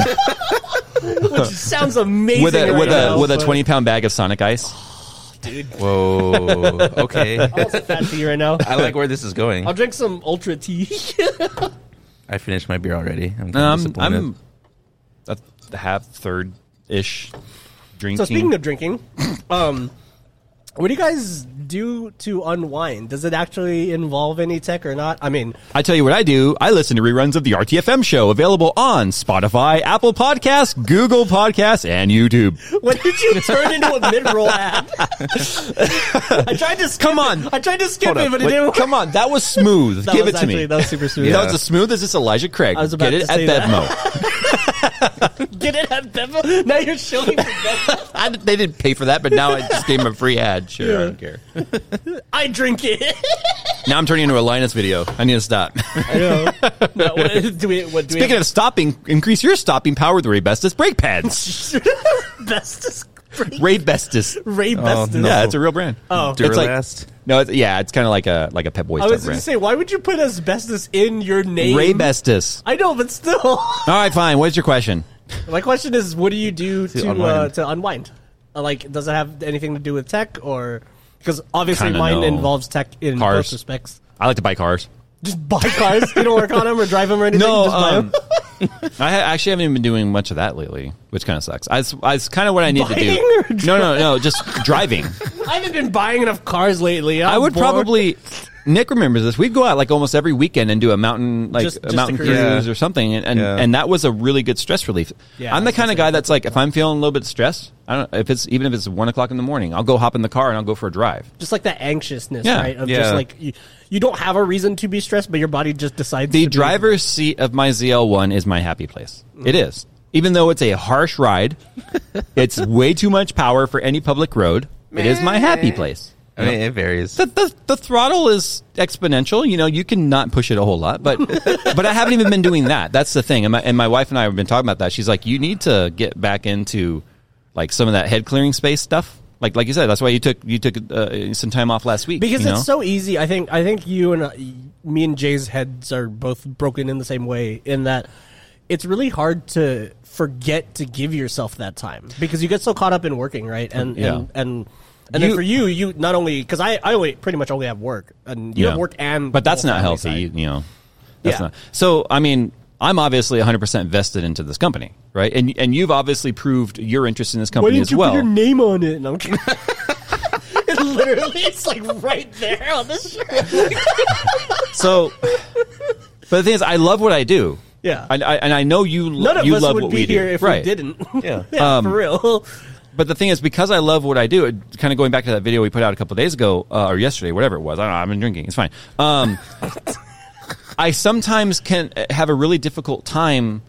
which sounds amazing.
With a
right
with
now,
a with a
but-
twenty pound bag of Sonic Ice.
Whoa. Okay.
I'll have fat tea right now.
I like where this is going.
I'll drink some ultra tea.
I finished my beer already. I'm, kinda
Um,
disappointed.
I'm a th- half third ish drinking.
so speaking of drinking, um, what do you guys do to unwind? Does it actually involve any tech or not? I mean,
I tell you what I do. I listen to reruns of the RTFM show available on Spotify, Apple Podcasts, Google Podcasts, and YouTube.
When did you turn into a mid-roll ad? I tried to skip
Come
it.
on.
I tried to skip
Hold
it,
up.
but it
Wait,
didn't.
Come on, that was smooth.
That
Give
was
it to
actually,
me.
That was super smooth.
That was as smooth as this Elijah Craig.
I was about
Get it
to
at
say that.
Bedmo.
Get it at Bevmo. Now you're showing. me Bevmo.
I, they didn't pay for that, but now I just gave them a free ad. Sure, I
Yeah.
don't care.
I drink it.
Now I'm turning into a Linus video. I need to stop.
I know. No, what, do we? What do
Speaking
we?
of stopping, increase your stopping power with Ray Bestis brake pads.
Have bestest.
Ray Bestis.
Ray bestest.
no.
Yeah, it's Oh, a real brand.
Oh.
uh, it's like
Duralast.
no, it's, yeah, it's kind of like a like a Pep Boys
I
type
was going to
brand.
say, why would you put asbestos in your name?
Ray Bestis.
I know, but still.
All right, fine. What's your question?
My question is, what do you do to to unwind? Uh,
unwind.
to unwind? Uh, Like, does it have anything to do with tech, or because obviously
Kinda
mine
no.
involves tech in
Cars.
most respects.
I like to buy cars.
Just buy cars. you don't work on them or drive them or anything.
No,
just buy 'em?
um, I ha- actually haven't even been doing much of that lately, which kind of sucks. I, it's kind of what I need
Buying
to
or
do. No, no, no, just driving.
I haven't been buying enough cars lately. I'm
I would
bored.
probably. Nick remembers this. We'd go out like almost every weekend and do a mountain like
Just-
a
just
mountain
a cruise.
cruise
Yeah.
or something, and and,
Yeah.
and that was a really good stress relief.
Yeah,
I'm the
that's
kind of guy that's like if I'm feeling a little bit stressed, I don't if it's even if it's one o'clock in the morning, I'll go hop in the car and I'll go for a drive.
just like that anxiousness,
Yeah,
right? Of
yeah.
just like you, you don't have a reason to be stressed, but your body just decides.
The
to be-
driver's seat of my ZL1 is my happy place. It
Mm.
is. Even though it's a harsh ride, it's way too much power for any public road. It is my happy place.
I mean, it varies.
The, the, the throttle is exponential. You know, you can not push it a whole lot, but but I haven't even been doing that. That's the thing. And my, and my wife and I have been talking about that. She's like, you need to get back into like some of that head clearing space stuff. Like like you said, that's why you took you took uh, some time off last week
because
you
it's
know?
so easy. I think I think you and uh, me and Jay's heads are both broken in the same way in that it's really hard to forget to give yourself that time because you get so caught up in working, right? And
Yeah.
and and. And
You-
then for you, you not only because I, I only pretty much only have work and you
Yeah.
have work and
but that's
the
not
family
healthy
side.
you, you know that's
Yeah.
not so i mean i'm obviously 100% vested into this company right and and you've obviously proved your interest in this
Why
company
didn't
as
you
well
put your name on it? And I'm kidding. it literally, it's like right there on the shirt.
so but the thing is i love what i do
Yeah.
and i, and I know you lo-
None of
you
us
love
would
what
be
we
here
do
if
right
we didn't.
Yeah.
Um,
for real.
but the thing is because i love what i do it, kind of going back to that video we put out a couple days ago uh, or yesterday whatever it was i don't know i've been drinking it's fine um i sometimes can uh, have a really difficult time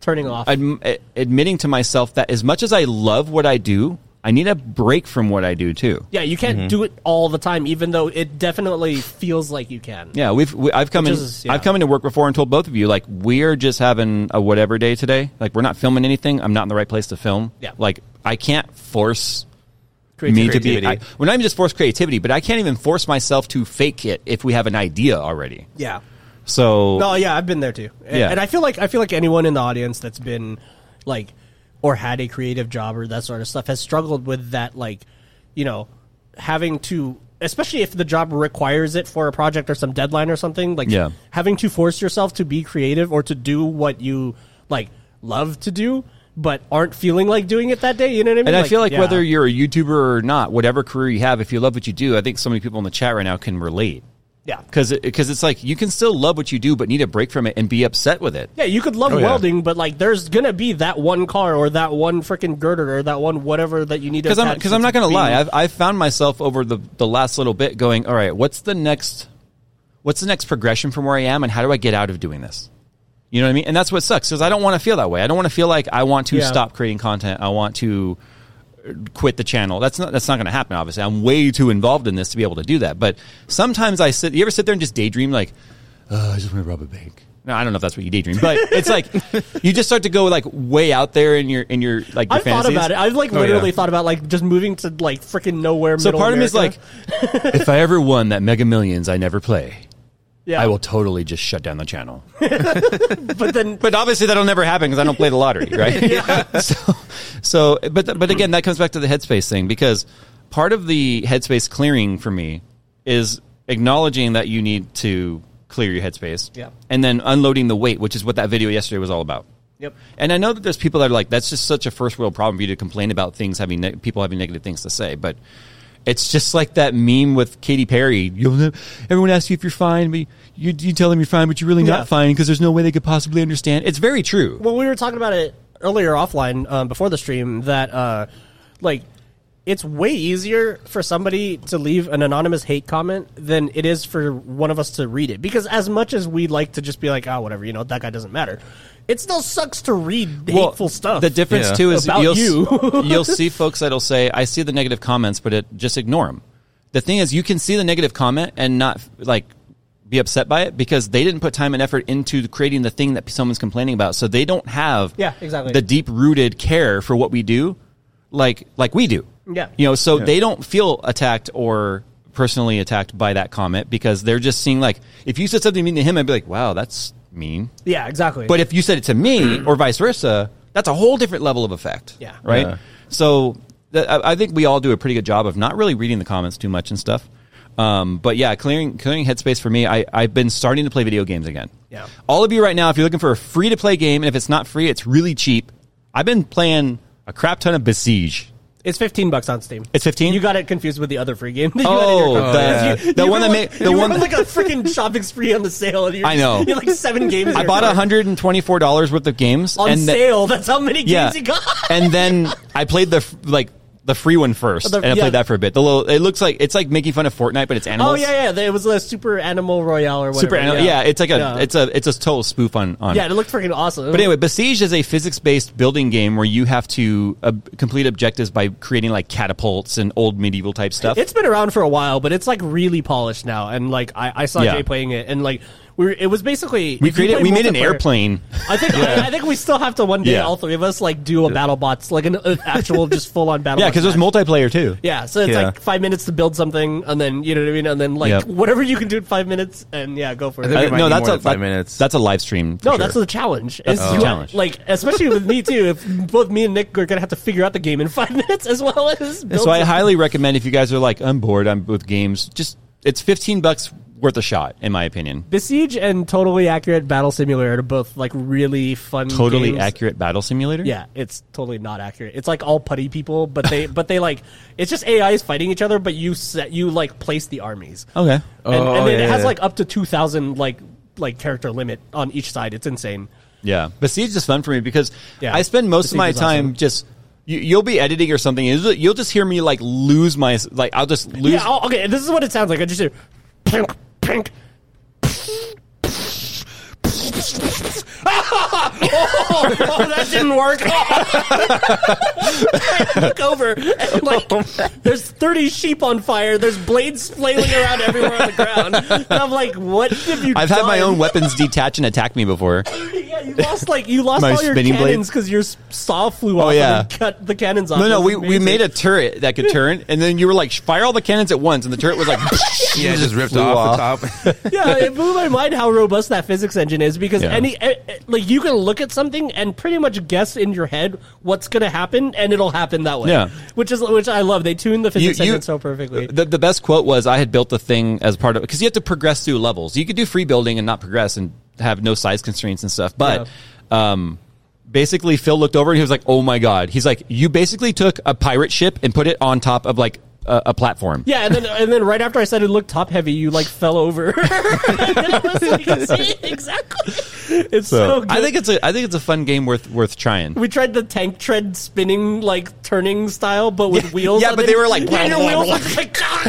Turning off.
adm- a- admitting to myself that as much as I love what I do, I need a break from what I do too.
yeah, you can't
Mm-hmm.
do it all the time, even though it definitely feels like you can.
Yeah, we've we, I've come
Which
in
is- yeah.
I've come into work before and told both of you like we're just having a whatever day today. Like we're not filming anything. I'm not in the right place to film.
Yeah.
Like I can't force me
Creativity.
to be.
Creativity.
I, we're not even just force creativity, but I can't even force myself to fake it if we have an idea already.
Yeah.
So
No, Oh, yeah, I've been there too. And,
Yeah.
and I feel like I feel like anyone in the audience that's been like or had a creative job or that sort of stuff has struggled with that like, you know, having to especially if the job requires it for a project or some deadline or something, like
Yeah.
having to force yourself to be creative or to do what you like love to do but aren't feeling like doing it that day. You know what I mean?
And I feel like
yeah.
whether you're a YouTuber or not, whatever career you have, if you love what you do, I think so many people in the chat right now can relate.
yeah,
Because it's like you can still love what you do, but need a break from it and be upset with it.
yeah, you could love
Oh, yeah.
welding, but like there's gonna be that one car or that one freaking girder or that one whatever that you need to.
Because I'm
attach
because I'm not
to
going to
be-
lie, I've I've found myself over the the last little bit going, all right, what's the next, what's the next progression from where I am, and how do I get out of doing this? You know what I mean? And that's what sucks because I don't want to feel that way. I don't want to feel like I want to
Yeah.
stop creating content. I want to quit the channel. That's not that's not going to happen. Obviously, I'm way too involved in this to be able to do that. But sometimes I sit. You ever sit there and just daydream like, oh, I just want to rob a bank. No, I don't know if that's what you daydream, but it's like you just start to go like way out there in your in your like your
I've thought
fantasies. Oh,
about it. I've like
yeah.
literally thought about like just moving to like freaking nowhere.
So
middle
part of me is like,
America.
if I ever won that Mega Millions, I never play.
yeah,
I will totally just shut down the channel.
But then
But obviously, that'll never happen because I don't play the lottery, right? So, so, but th- but again, that comes back to the headspace thing because part of the headspace clearing for me is acknowledging that you need to clear your headspace,
Yeah.
and then unloading the weight, which is what that video yesterday was all about.
Yep.
And I know that there's people that are like, that's just such a first world problem for you to complain about things having ne- people having negative things to say, but it's just like that meme with Katy Perry. You'll ne- everyone asks you if you're fine, but you, you tell them you're fine, but you're really
Yeah.
not fine because there's no way they could possibly understand. It's very true.
well, we were talking about it earlier offline um, before the stream that uh, like it's way easier for somebody to leave an anonymous hate comment than it is for one of us to read it because as much as we like to just be like oh whatever you know that guy doesn't matter it still sucks to read hateful stuff
The difference
Yeah.
too is
About
you'll,
you.
will see folks that'll say, "I see the negative comments, but it, just ignore them." The thing is, you can see the negative comment and not like be upset by it because they didn't put time and effort into creating the thing that someone's complaining about, so they don't have
Yeah, exactly.
the deep rooted care for what we do, like like we do.
Yeah.
you know, so they don't feel attacked or personally attacked by that comment because they're just seeing like if you said something mean to him, I'd be like, "Wow, that's mean."
yeah exactly
But if you said it to me or vice versa, that's a whole different level of effect.
Yeah.
Right.
Yeah.
So th- I I think we all do a pretty good job of not really reading the comments too much and stuff. Um, but yeah, clearing clearing headspace for me. I I've been starting to play video games again.
Yeah.
All of you right now, if you're looking for a free to play game, and if it's not free, it's really cheap. I've been playing a crap ton of Besiege.
it's 15 bucks on steam
It's 15?
you got it confused with the other free game that you
Oh,
had in your
the- the one that made- the one-
that like a freaking shopping spree on the sale and you're
I know.
you're like seven games
I
in
bought
your cart.
hundred and twenty four dollars worth of games
on
and the-
sale. That's how many games
yeah.
you got.
and then I played the f- like the free one first,
The-
and I
yeah.
played that for a bit. The little it looks like it's like making fun of Fortnite, but it's
Oh
animals.
yeah, yeah. It was a Super Animal Royale or whatever.
Super animal. Yeah. it's like a it's a it's a total spoof on on.
yeah. It looked freaking awesome.
But anyway, Besiege is a physics-based building game where you have to uh, complete objectives by creating like catapults and old medieval type stuff.
it's been around for a while, but it's like really polished now. And like I, I saw
Yeah.
Jay playing it, and like we were, it was basically
we
if you
created
play
we made an
multiplayer-
airplane.
I think I, I think we still have to one day
Yeah.
all three of us like do a battle bots like an, an actual just full on battle.
yeah,
Bots
because there's
match.
multiplayer too.
Yeah, so it's
Yeah.
like five minutes to build something, and then you know what I mean, and then like
Yep.
whatever you can do in five minutes, and yeah, go for it.
I think we
Uh,
might
no,
need
that's
more
a
than five
that-
minutes.
That's a live stream. for
No,
sure.
that's the challenge. That's
the challenge.
Like, especially with me too. If both me and Nick are gonna have to figure out the game in five minutes, as well as build
so I
some-
highly recommend if you guys are like I'm bored, I'm with games. Just it's 15 bucks worth a shot, in my opinion.
Besiege and Totally Accurate Battle Simulator are both like really fun.
Totally
games.
accurate battle simulator.
Yeah, it's totally not accurate. It's like all putty people, but they but they like it's just AIs fighting each other, but you set you like place the armies.
Okay.
And,
Oh,
and it
yeah,
has
yeah.
like up to two thousand like like character limit on each side. It's insane.
Yeah, Besiege is fun for me because
Yeah.
I spend most
Besiege
of my
is
time
awesome.
just. You, you'll be editing or something. and You'll you'll just hear me like lose my like. I'll just lose.
Yeah. Oh, okay. This is what it sounds like. I just hear pink, pink. oh, that didn't work. I look over, and like,
Oh,
there's 30 sheep on fire. There's blades flailing around everywhere on the ground. And I'm like, what have you?
I've had my
done?
own weapons detach and attack me before.
yeah, you lost like you lost
My
all your
spinning blade.
cannons because your s- saw flew off.
yeah.
and it cut the cannons off.
No, no,
That's
we, we
amazing.
made a turret that could turn, and then you were like, fire all the cannons at once, and the turret was like,
yeah, it just ripped
flew
off, the top.
yeah, it blew my mind how robust that physics engine is because
Yeah.
any eh, eh, like you can look at something and pretty much guess in your head what's going to happen and it'll happen that way.
Yeah.
which is which I love. They tune the
You-
physics
you-
engine so perfectly.
The, the best quote was, I had built the thing as part of because you have to progress through levels. You could do free building and not progress and have no size constraints and stuff, but. Um, basically Phil looked over and he was like, "Oh my god!" He's like, "You basically took a pirate ship and put it on top of like a, a platform."
Yeah, and then and then right after I said it looked top heavy, you like fell over. And I was like, "See? exactly. It's so,
So
Oh, good.
I think it's a I think it's a fun game worth worth trying.
we tried the tank tread spinning like turning style, but with wheels.
yeah,
on
but
it.
they were like,
yeah,
blah,
your
blah,
wheels
blah.
were just like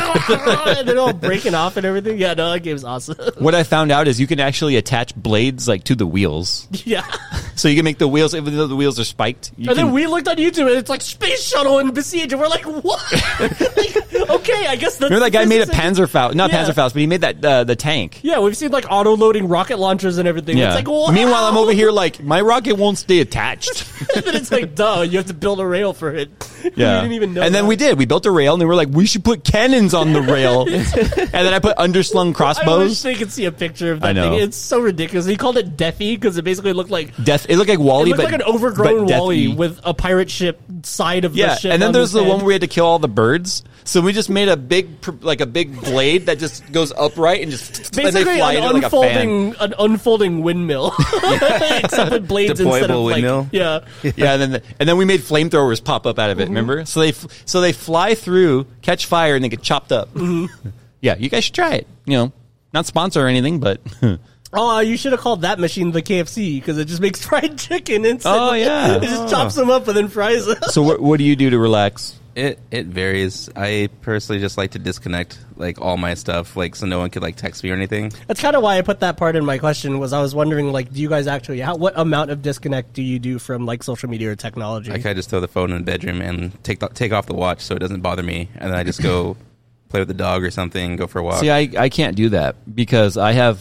and they're all breaking off and everything. Yeah, no, that game's awesome.
What I found out is you can actually attach blades like to the wheels,
yeah,
so you can make the wheels even though the wheels are spiked. You
and
can,
then we looked on YouTube and it's like space shuttle and besiege, and we're like, what? like, okay, I guess that's
remember that guy made a
physics.
Panzerfaust, not
Yeah.
Panzerfaust, but he made that uh, the tank.
Yeah, we've seen like auto loading rocket launchers and everything. It's like, wow.
Meanwhile, I'm over here like my rocket won't stay attached.
and then it's like, duh, you have to build a rail for it. Yeah.
Yeah.
didn't even know.
And then
that.
we did. We built a rail and we were like, we should put cannons on the rail. and then I put underslung
I wish
crossbows.
they could see a picture of that
I know.
thing. It's so ridiculous. He called it Deathy because it basically looked like it
Death. It looked like Wally,
looked
but
like an overgrown
but death-y.
Wally with a pirate ship side of
Yeah,
the ship.
and then
on
there's the
his
one
head.
where we had to kill all the birds. So we just made a big, pr- like a big blade that just goes upright and just and they
basically
fly in it
an
like a fan.
unfolding an unfolding windmill, except with blades instead of
Deployable
like
windmill.
yeah.
Yeah, and then and then we made flamethrowers pop up out of it.
Mm-hmm.
Remember? So they f- so they fly through, catch fire, and they get chopped up.
Mm-hmm.
yeah, you guys should try it. You know, not sponsor or anything, but
Oh, you should have called that machine the KFC because it just makes fried chicken instantly.
Oh, yeah.
it just chops them up and then fries them.
so what what do you do to relax?
It it varies. I personally just like to disconnect like all my stuff, like so no one could like text me or anything.
That's kind of why I put that part in my question was I was wondering like, do you guys actually how, what amount of disconnect do you do from like social media or technology?
Like I just throw the phone in the bedroom and take the- take off the watch so it doesn't bother me, and then I just go play with the dog or something, go for a
Uh,
walk.
See, I, I can't do that because I have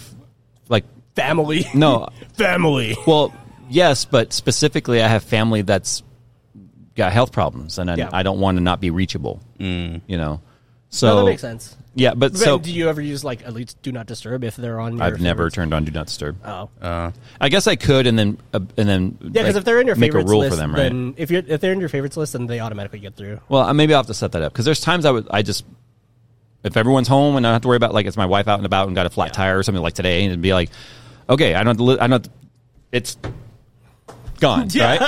like
Family,
no,
family.
well, yes, but specifically I have family that's got health problems and I,
Yeah. Mm.
I don't want to not be reachable. You know. So
No, that makes sense.
Yeah, but
But
so
do you ever use like at least do not disturb if they're on? Your
I've never Uh,
favorites?
turned on do not disturb.
Oh.
I guess I could and then uh, and then
yeah, because if they're in your
make a
favorites
rule
list,
for them, right?
then if you're if they're in your favorites list, then they automatically get through.
Well, I- maybe I'll have to set that up because there's times I would I just if everyone's home and I don't have to worry about like it's my wife out and about and got a flat tire or something like today and it'd be like, okay, I don't have to li- I don't have to- it's gone right.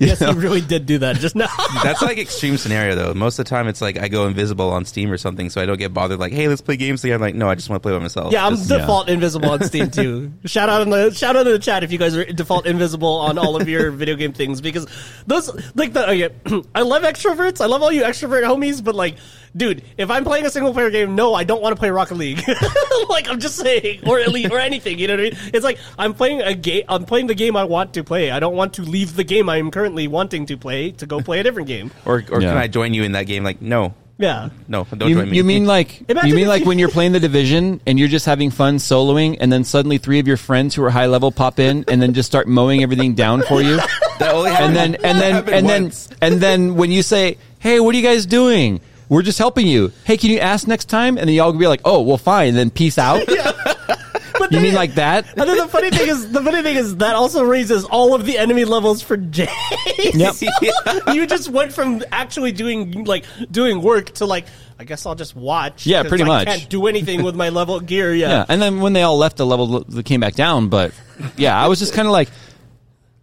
yes, you really did do that just now.
That's like extreme scenario though. Most of the time, it's like I go invisible on Steam or something, so I don't get bothered. Like, hey, let's play games together. I'm like, no, I just want to play by myself.
Yeah, I'm
Just-
default invisible on Steam too. shout out in the shout out in the chat if you guys are default invisible on all of your video game things because those like the okay, I love extroverts. I love all you extrovert homies, but like, dude, if I'm playing a single player game, no, I don't want to play Rocket League. like I'm just saying, or Elite, or anything. You know what I mean? It's like I'm playing a game. I'm playing the game I want to play. I don't want to leave the game I'm currently wanting to play to go play a different game.
or or
Yeah.
can I join you in that game? Like, no,
Yeah.
no, don't
You,
join me.
you mean like
Imagine
you mean
if
like
you-
when you're playing the division and you're just having fun soloing and then suddenly three of your friends who are high level pop in and then just start mowing everything down for you
that only
and then and then
happened
and then
once.
and then when you say hey what are you guys doing we're just helping you hey can you ask next time and then y'all can be like oh well fine then peace out
But
you
then-
mean like that
And then the funny thing is, the funny thing is that also raises all of the enemy levels for Jay.
Yep.
you just went from actually doing like doing work to like, I guess I'll just watch.
Yeah,
'cause
pretty
I
much.
Can't do anything with my level gear. Yeah.
yeah and then when they all left the level that came back down but yeah i was just kind of like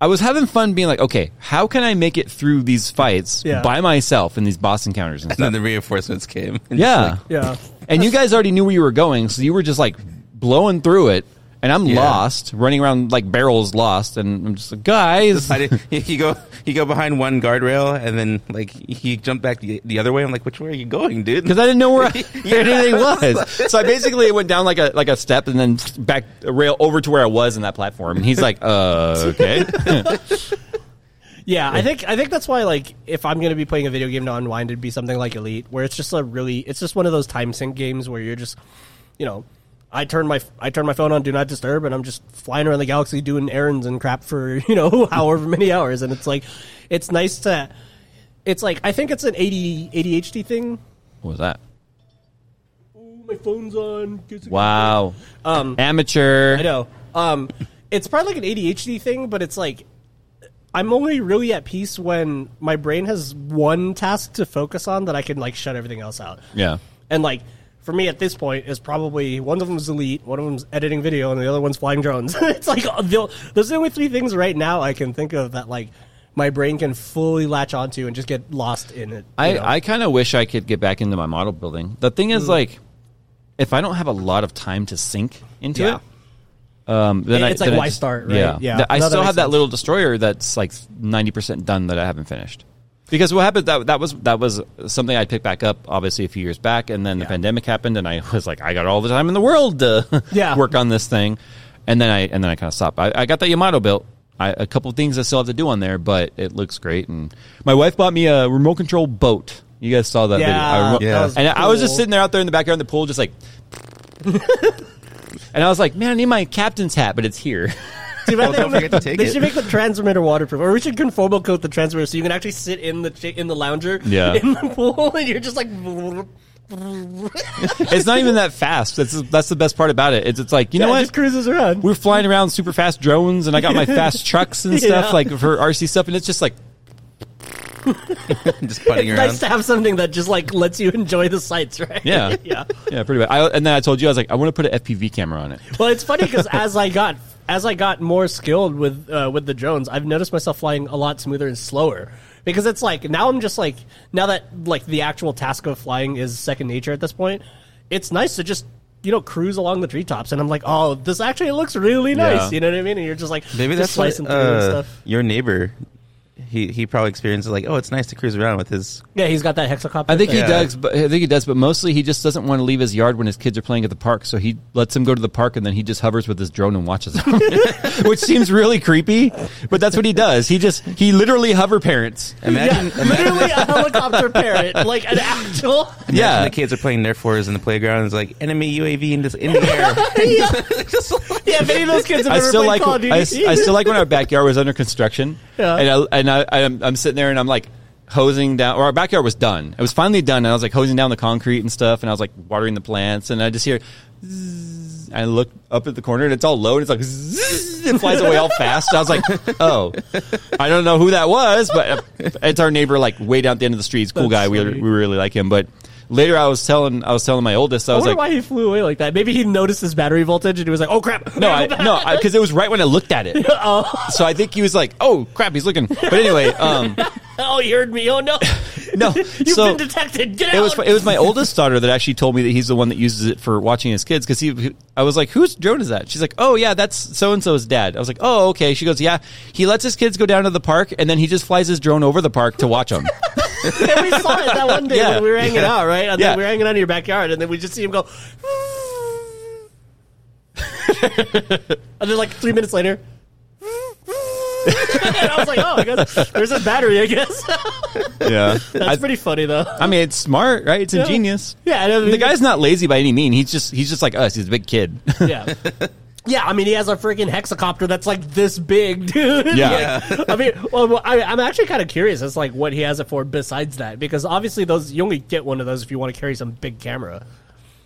i was having fun being like okay how can i make it through these fights
Yeah.
by myself in these boss encounters and
And
stuff
then the reinforcements came. And
yeah
just like,
Yeah.
and you guys already knew where you were going, so you were just like blowing through it. And I'm
Yeah.
lost, running around like barrels lost, and I'm just like, guys,
I did- you go you go behind one guardrail and then like you jump back the, the other way. I'm like, which way are you going, dude?
because I didn't know where I- anything was. So I basically went down like a like a step and then back a rail over to where I was in that platform. And he's like, uh, okay,
Yeah, I think I think that's why like if I'm gonna be playing a video game to unwind, it'd be something like Elite, where it's just a really it's just one of those time sync games where you're just, you know, I turn my I turn my phone on Do Not Disturb, and I'm just flying around the galaxy doing errands and crap for you know however many hours, and it's like, it's nice to, it's like I think it's an AD, ADHD thing.
what was that?
Oh, my phone's on.
Wow, um, amateur.
I know. Um, it's probably like an ADHD thing, but it's like I'm only really at peace when my brain has one task to focus on that I can like shut everything else out.
Yeah,
And like for me at this point is probably one of them's elite, one of them's editing video, and the other one's flying drones. it's like uh, the- those are the only three things right now I can think of that like my brain can fully latch onto and just get lost in it. you
I,
know? Hmm.
I kind of wish I could get back into my model building. The thing is, like, if I don't have a lot of time to sink into
Yeah.
it, um, then
Yeah,
I,
it's like,
then I
why
just-
start, right?
Yeah,
Yeah.
Th- I
No, that
still
makes
have that
sense.
little destroyer that's like ninety percent done that I haven't finished. Because what happened that that was that was something I picked back up obviously a few years back, and then the
Yeah.
pandemic happened, and I was like, I got all the time in the world to
Yeah.
work on this thing, and then I and then I kind of stopped. I, I got that Yamato built. I, a couple of things I still have to do on there, but it looks great. And my wife bought me a remote control boat. You guys saw that video? I
Yeah,
remote-
that
Yeah.
was
and I was just
cool.
sitting there out there in the backyard in the pool, just like. and I was like, man, I need my captain's hat, but it's here.
Dude,
Well, don't forget to take
they
it.
should make the transmitter waterproof, or we should conformal coat the transmitter so you can actually sit in the chi- in the lounger,
Yeah.
in the pool, and you're just like,
it's not even that fast. That's that's the best part about it. It's it's like you know
Yeah, it
what.
just cruises around.
we're flying around super fast drones, and I got my fast trucks and stuff
Yeah.
like for RC stuff, and it's just like
just putting
it's
around.
nice to have something that just like lets you enjoy the sights, right?
yeah,
yeah.
yeah, pretty bad. I, and then I told you I was like, I want to put an FPV camera on it.
Well, it's funny because as I got as I got more skilled with uh, with the drones, I've noticed myself flying a lot smoother and slower. Because it's like now I'm just like now that like the actual task of flying is second nature at this point, it's nice to just you know cruise along the treetops, and I'm like, oh, this actually looks really nice.
Yeah.
You know what I mean? And you're just like
Maybe
just
that's what,
slicing through and
uh,
stuff.
your neighbor. He he probably experiences like, oh, it's nice to cruise around with his.
Yeah, he's got that hexacopter.
I think
thing.
he
Yeah.
does, but I think he does, but mostly he just doesn't want to leave his yard when his kids are playing at the park. So he lets them go to the park, and then he just hovers with his drone and watches them, which seems really creepy. But that's what he does. He just he literally hover parents.
Imagine,
yeah, literally a helicopter parrot, like an actual.
yeah.
the kids are playing Nerf Wars in the playground. And it's like enemy UAV in, this, in the air.
yeah. yeah, if any of those kids have
I
ever
still
played
like
Call of Duty,
I, s- I still like when our backyard was under construction,
Yeah.
and I, and I, I'm, I'm sitting there and I'm like hosing down, or our backyard was done. It was finally done, and I was like hosing down the concrete and stuff, and I was like watering the plants, and I just hear. "Zzz." I look up at the corner and it's all low and it's like "Zzz," it flies away all fast. I was like, "Oh, I don't know who that was, but uh, it's our neighbor, like way down at the end of the street. He's a cool
That's
guy. We,
sweet.
we really like him." But later, I was telling I was telling my oldest, I
I
was
wonder
like,
why he flew away like that. Maybe he noticed his battery voltage and he was like, "Oh crap!"
No, I, no, because it was right when I looked at it.
Oh.
So I think he was like, "Oh crap, he's looking." But anyway, um,
oh, he heard me. Oh no,
no.
you've
so
been detected. Get out.
it was it was my oldest daughter that actually told me that he's the one that uses it for watching his kids because he I was like, "Whose drone is that?" She's like, "Oh yeah, that's so and so's dad." I was like, "Oh okay." She goes, "Yeah, he lets his kids go down to the park and then he just flies his drone over the park to watch them."
Yeah, we saw it that one day
Yeah.
when we were hanging out, right? And
Yeah.
then we were hanging out in your backyard, and then we just see him go. and then, like three minutes later. and I was like, oh, I guess there's a battery, I guess.
yeah,
That's
I,
pretty funny, though.
I mean, it's smart, right? It's ingenious.
Yeah, and I mean,
The guy's not lazy by any mean. He's just he's just like us. He's a big kid.
Yeah. Yeah, I mean, he has a freaking hexacopter that's like this big, dude.
Yeah.
Like, I mean, well, well, I, I'm actually kind of curious as like what he has it for besides that, because obviously those you only get one of those if you want to carry some big camera.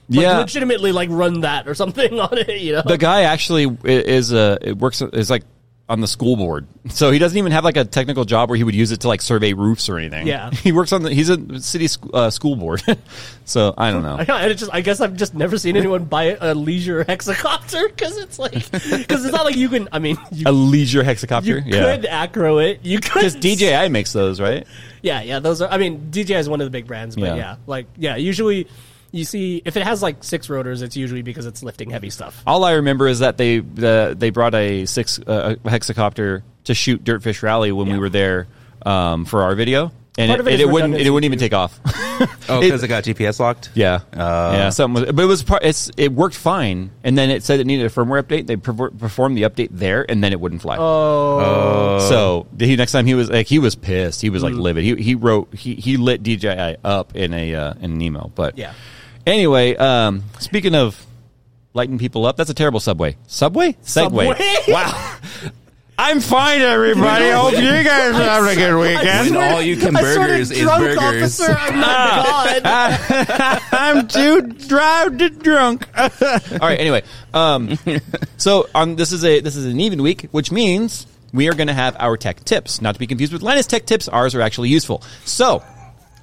Like,
yeah,
legitimately, like run that or something on it, you know?
the guy actually i- is uh, it works is like on the school board, so he doesn't even have like a technical job where he would use it to like survey roofs or anything.
Yeah.
he works on the he's a city sc- uh, school board, so I don't know.
I, I just, I guess I've just never seen anyone buy a leisure hexacopter because it's like, because it's not like you can. I mean, you,
A leisure hexacopter,
you
yeah,
could acro it, you could
because DJI makes those, right?
Yeah, yeah, those are. I mean, DJI is one of the big brands, but
Yeah.
yeah. like yeah, usually you see if it has like six rotors, it's usually because it's lifting heavy stuff.
All I remember is that they the, they brought a six uh, a hexacopter to shoot Dirtfish Rally when we were there um, for our video, and it,
Part of it
it,
is
wouldn't it
redundancy,
wouldn't even
too.
take off.
Oh, because it got GPS locked.
Yeah, yeah, Uh, something. Was, but it was part. It's it worked fine, and then it said it needed a firmware update. They perfor- performed the update there, and then it wouldn't fly.
Oh.
so the- he next time he was like he was pissed. He was
Mm.
like livid. He he wrote he he lit DJI up in a uh, in an email. But
Yeah.
Anyway, um, speaking of lighting people up, that's a terrible subway. Subway segway.
Subway?
Wow. I'm fine, everybody. Hope you guys are having a good
And
weekend.
all you can
I sort of
burgers is
drunk,
burgers.
officer. I'm not God.
I'm too drive to drunk. All right. Anyway, um, so on this is a this is an even week, which means we are going to have our tech tips, not to be confused with Linus Tech Tips. Ours are actually useful. So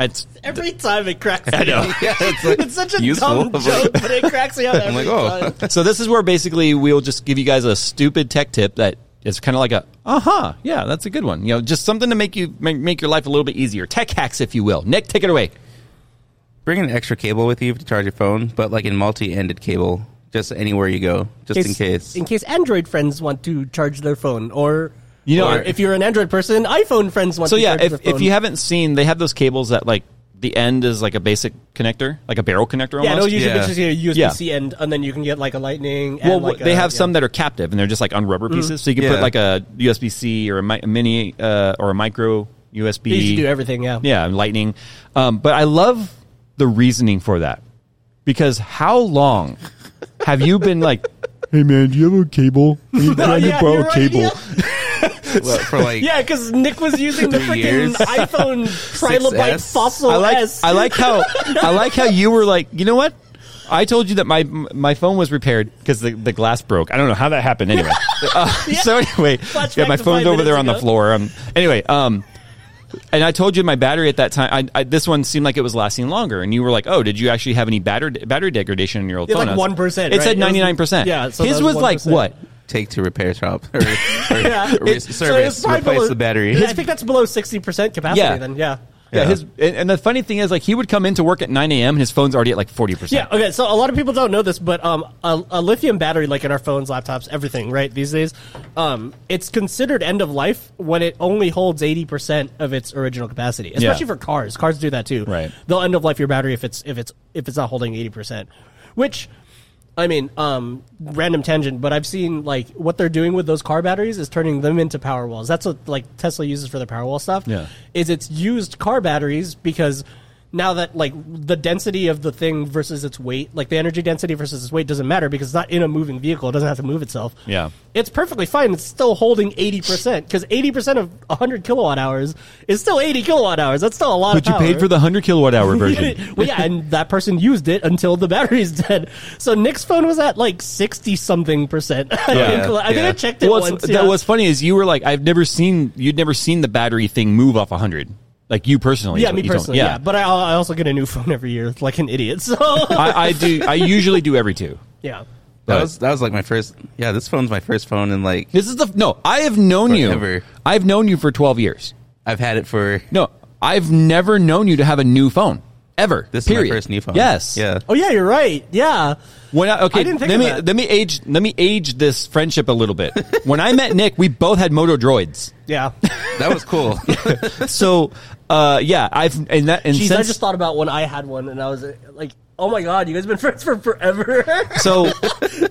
It's
Every time it cracks me
I know.
up.
yeah, it's like,
It's such a
useful.
dumb joke, but it cracks me up every
I'm like, oh.
time.
so this is where basically we'll just give you guys a stupid tech tip that is kind of like a uh-huh yeah that's a good one you know just something to make you make, make your life a little bit easier tech hacks if you will nick take it away
bring an extra cable with you to charge your phone, but like in multi-ended cable, just anywhere you go, just in case.
in case Android friends want to charge their phone, or you
know-
know, if you're an Android person, iPhone friends want.
so
to
yeah
charge
if,
their phone.
if you haven't seen they have those cables that like the end is like a basic connector like a barrel connector
yeah, they'll
almost
usually
Yeah.
just get a
Yeah.
USB C end, and then you can get like a Lightning. And
well
like
they
a-
have
yeah. Mm-hmm.
some that are captive and they're just like on rubber pieces so you can
Yeah.
put like a usb-c or a, mi- a mini uh, or a micro usb
They usually do everything. Yeah,
yeah, and lightning. Um, but I love the reasoning for that because how long have you been like, hey man, do you have a cable? Are you trying to
yeah,
borrow
you're
a
right,
cable?
yeah.
Well, for like
Yeah, because Nick was using the
Three
freaking
years.
iPhone trilobite
6S.
fossil
I like
S.
I like how I like how you were like, you know what? I told you that my my phone was repaired because the, the glass broke. I don't know how that happened anyway. Uh, So anyway,
Flashback
yeah, my
to
phone's
five
over there
minutes
on the
ago.
floor. Um, anyway, um, and I told you my battery at that time. I, I, this one seemed like it was lasting longer, and you were like, "Oh, did you actually have any battery battery degradation in your old
It's
phone?" I
like
was It
1%, right?
said
It was-
ninety nine percent.
yeah, so
his
that was
was like
1%.
what?
take to repair shop or, or, or
It- so
service,
it's probably
replace
below-
the battery.
I think that's below sixty percent capacity.
Yeah.
Then yeah.
Yeah.
Yeah.
His and, and the funny thing is, like, he would come into work at nine a.m. and his phone's already at like forty
Yeah.
percent.
Okay. So a lot of people don't know this, but um, a, a lithium battery, like in our phones, laptops, everything, right? These days, um, it's considered end of life when it only holds eighty percent of its original capacity. Especially for cars. Cars do that too.
Right.
They'll end of life your battery if it's if it's if it's not holding eighty percent, which. I mean, um, random tangent, but I've seen like what they're doing with those car batteries is turning them into power walls. That's what like Tesla uses for their power wall stuff
Yeah.
is it's used car batteries because now that like the density of the thing versus its weight, like the energy density versus its weight doesn't matter because it's not in a moving vehicle. It doesn't have to move itself.
Yeah.
It's perfectly fine. It's still holding 80% because 80% of 100 kilowatt hours is still 80 kilowatt hours. That's still a lot
But
of
you
power.
paid for the hundred kilowatt hour version.
well, yeah, and that person used it until the battery's dead. So Nick's phone was at like 60 something percent. I,
Yeah.
think, I think
Yeah.
I checked it
Well, it's-
once.
That
yeah.
was funny is you were like, I've never seen you'd never seen the battery thing move off hundred. Like you personally,
Yeah,
is
me
what you told
personally. Yeah. but I, I also get a new phone every year, like an idiot. So
I, I do. I usually do every two.
yeah,
that
But-
was that was like my first. Yeah, this phone's my first phone, and like
This is the no. I have known you.
Forever.
I've known you for twelve years.
I've had it for
No, I've never known you to have a new phone ever.
this
period.
is my first new phone.
Yes.
yeah.
Oh yeah, you're right. Yeah,
When I, okay,
I didn't think
let
of
me
that.
let me age let me age this friendship a little bit. when I met Nick, we both had Moto Droids.
yeah.
That was cool.
So, uh, yeah, I've and that and
Jeez, I
since
just thought about when I had one, and I was uh, like, "Oh my god, you guys been friends for forever."
so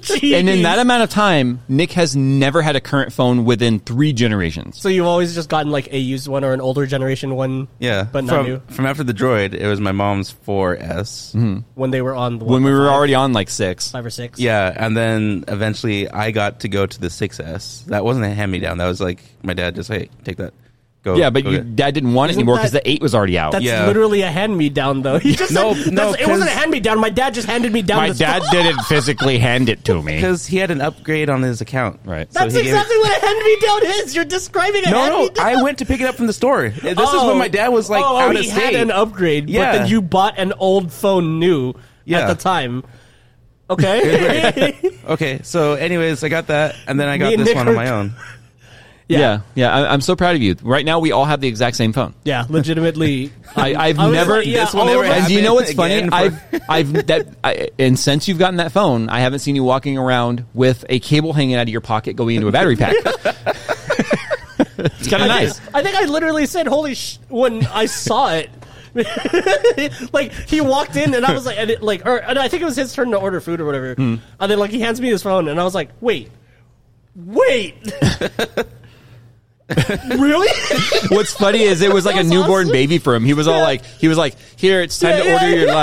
Jeez.
And in that amount of time, Nick has never had a current phone within three generations.
so you've always just gotten like a used one or an older generation one.
yeah,
but not
from
new
from after the Droid, it was my mom's 4S.
when they were on the
When
one
we
to
were
five,
already on like six.
five or six.
Yeah, and then eventually I got to go to the 6S. That wasn't a hand me down. That was like my dad just hey, take that. Go.
Yeah, but
go
your
get it."
dad didn't want it
Isn't
anymore because
that-
the eight was already out.
That's
Yeah.
literally a hand me down, though. He just
No,
said,
no,
that's- it wasn't a
'cause-
hand me down. My dad just handed me down.
My
this
dad
phone.
didn't physically hand it to me.
because he had an upgrade on his account.
Right.
That's
he gave it-
exactly what a hand me down is. You're describing a hand
No,
me
no,
down.
I went to pick it up from the store. This is
Oh.
when my dad was like
oh,
out
he
of state.
had an upgrade,
Yeah.
but then you bought an old phone new
Yeah.
at the time. Okay.
okay, so anyways, I got that, and then I got
and
this
Nick
one on
are-
my own.
yeah, yeah. I, I'm so proud of you. Right now, we all have the exact same phone.
yeah, legitimately.
I, I've
I was
never.
like, yeah,
This will
all
never
of us-
and
happen
you know what's funny?
again for-
I've, I've that, I, and since you've gotten that phone, I haven't seen you walking around with a cable hanging out of your pocket going into a battery pack. it's kind of nice.
I think I literally said "Holy sh!" when I saw it. like he walked in and I was like, and it, like, or and I think it was his turn to order food or whatever.
Hmm.
And then like he hands me his phone and I was like, wait, wait, really?
What's funny is it was like a
That's
newborn
awesome.
baby for him. He was all
Yeah.
like, he was like, here, it's time
Yeah,
to
yeah,
order your
yeah.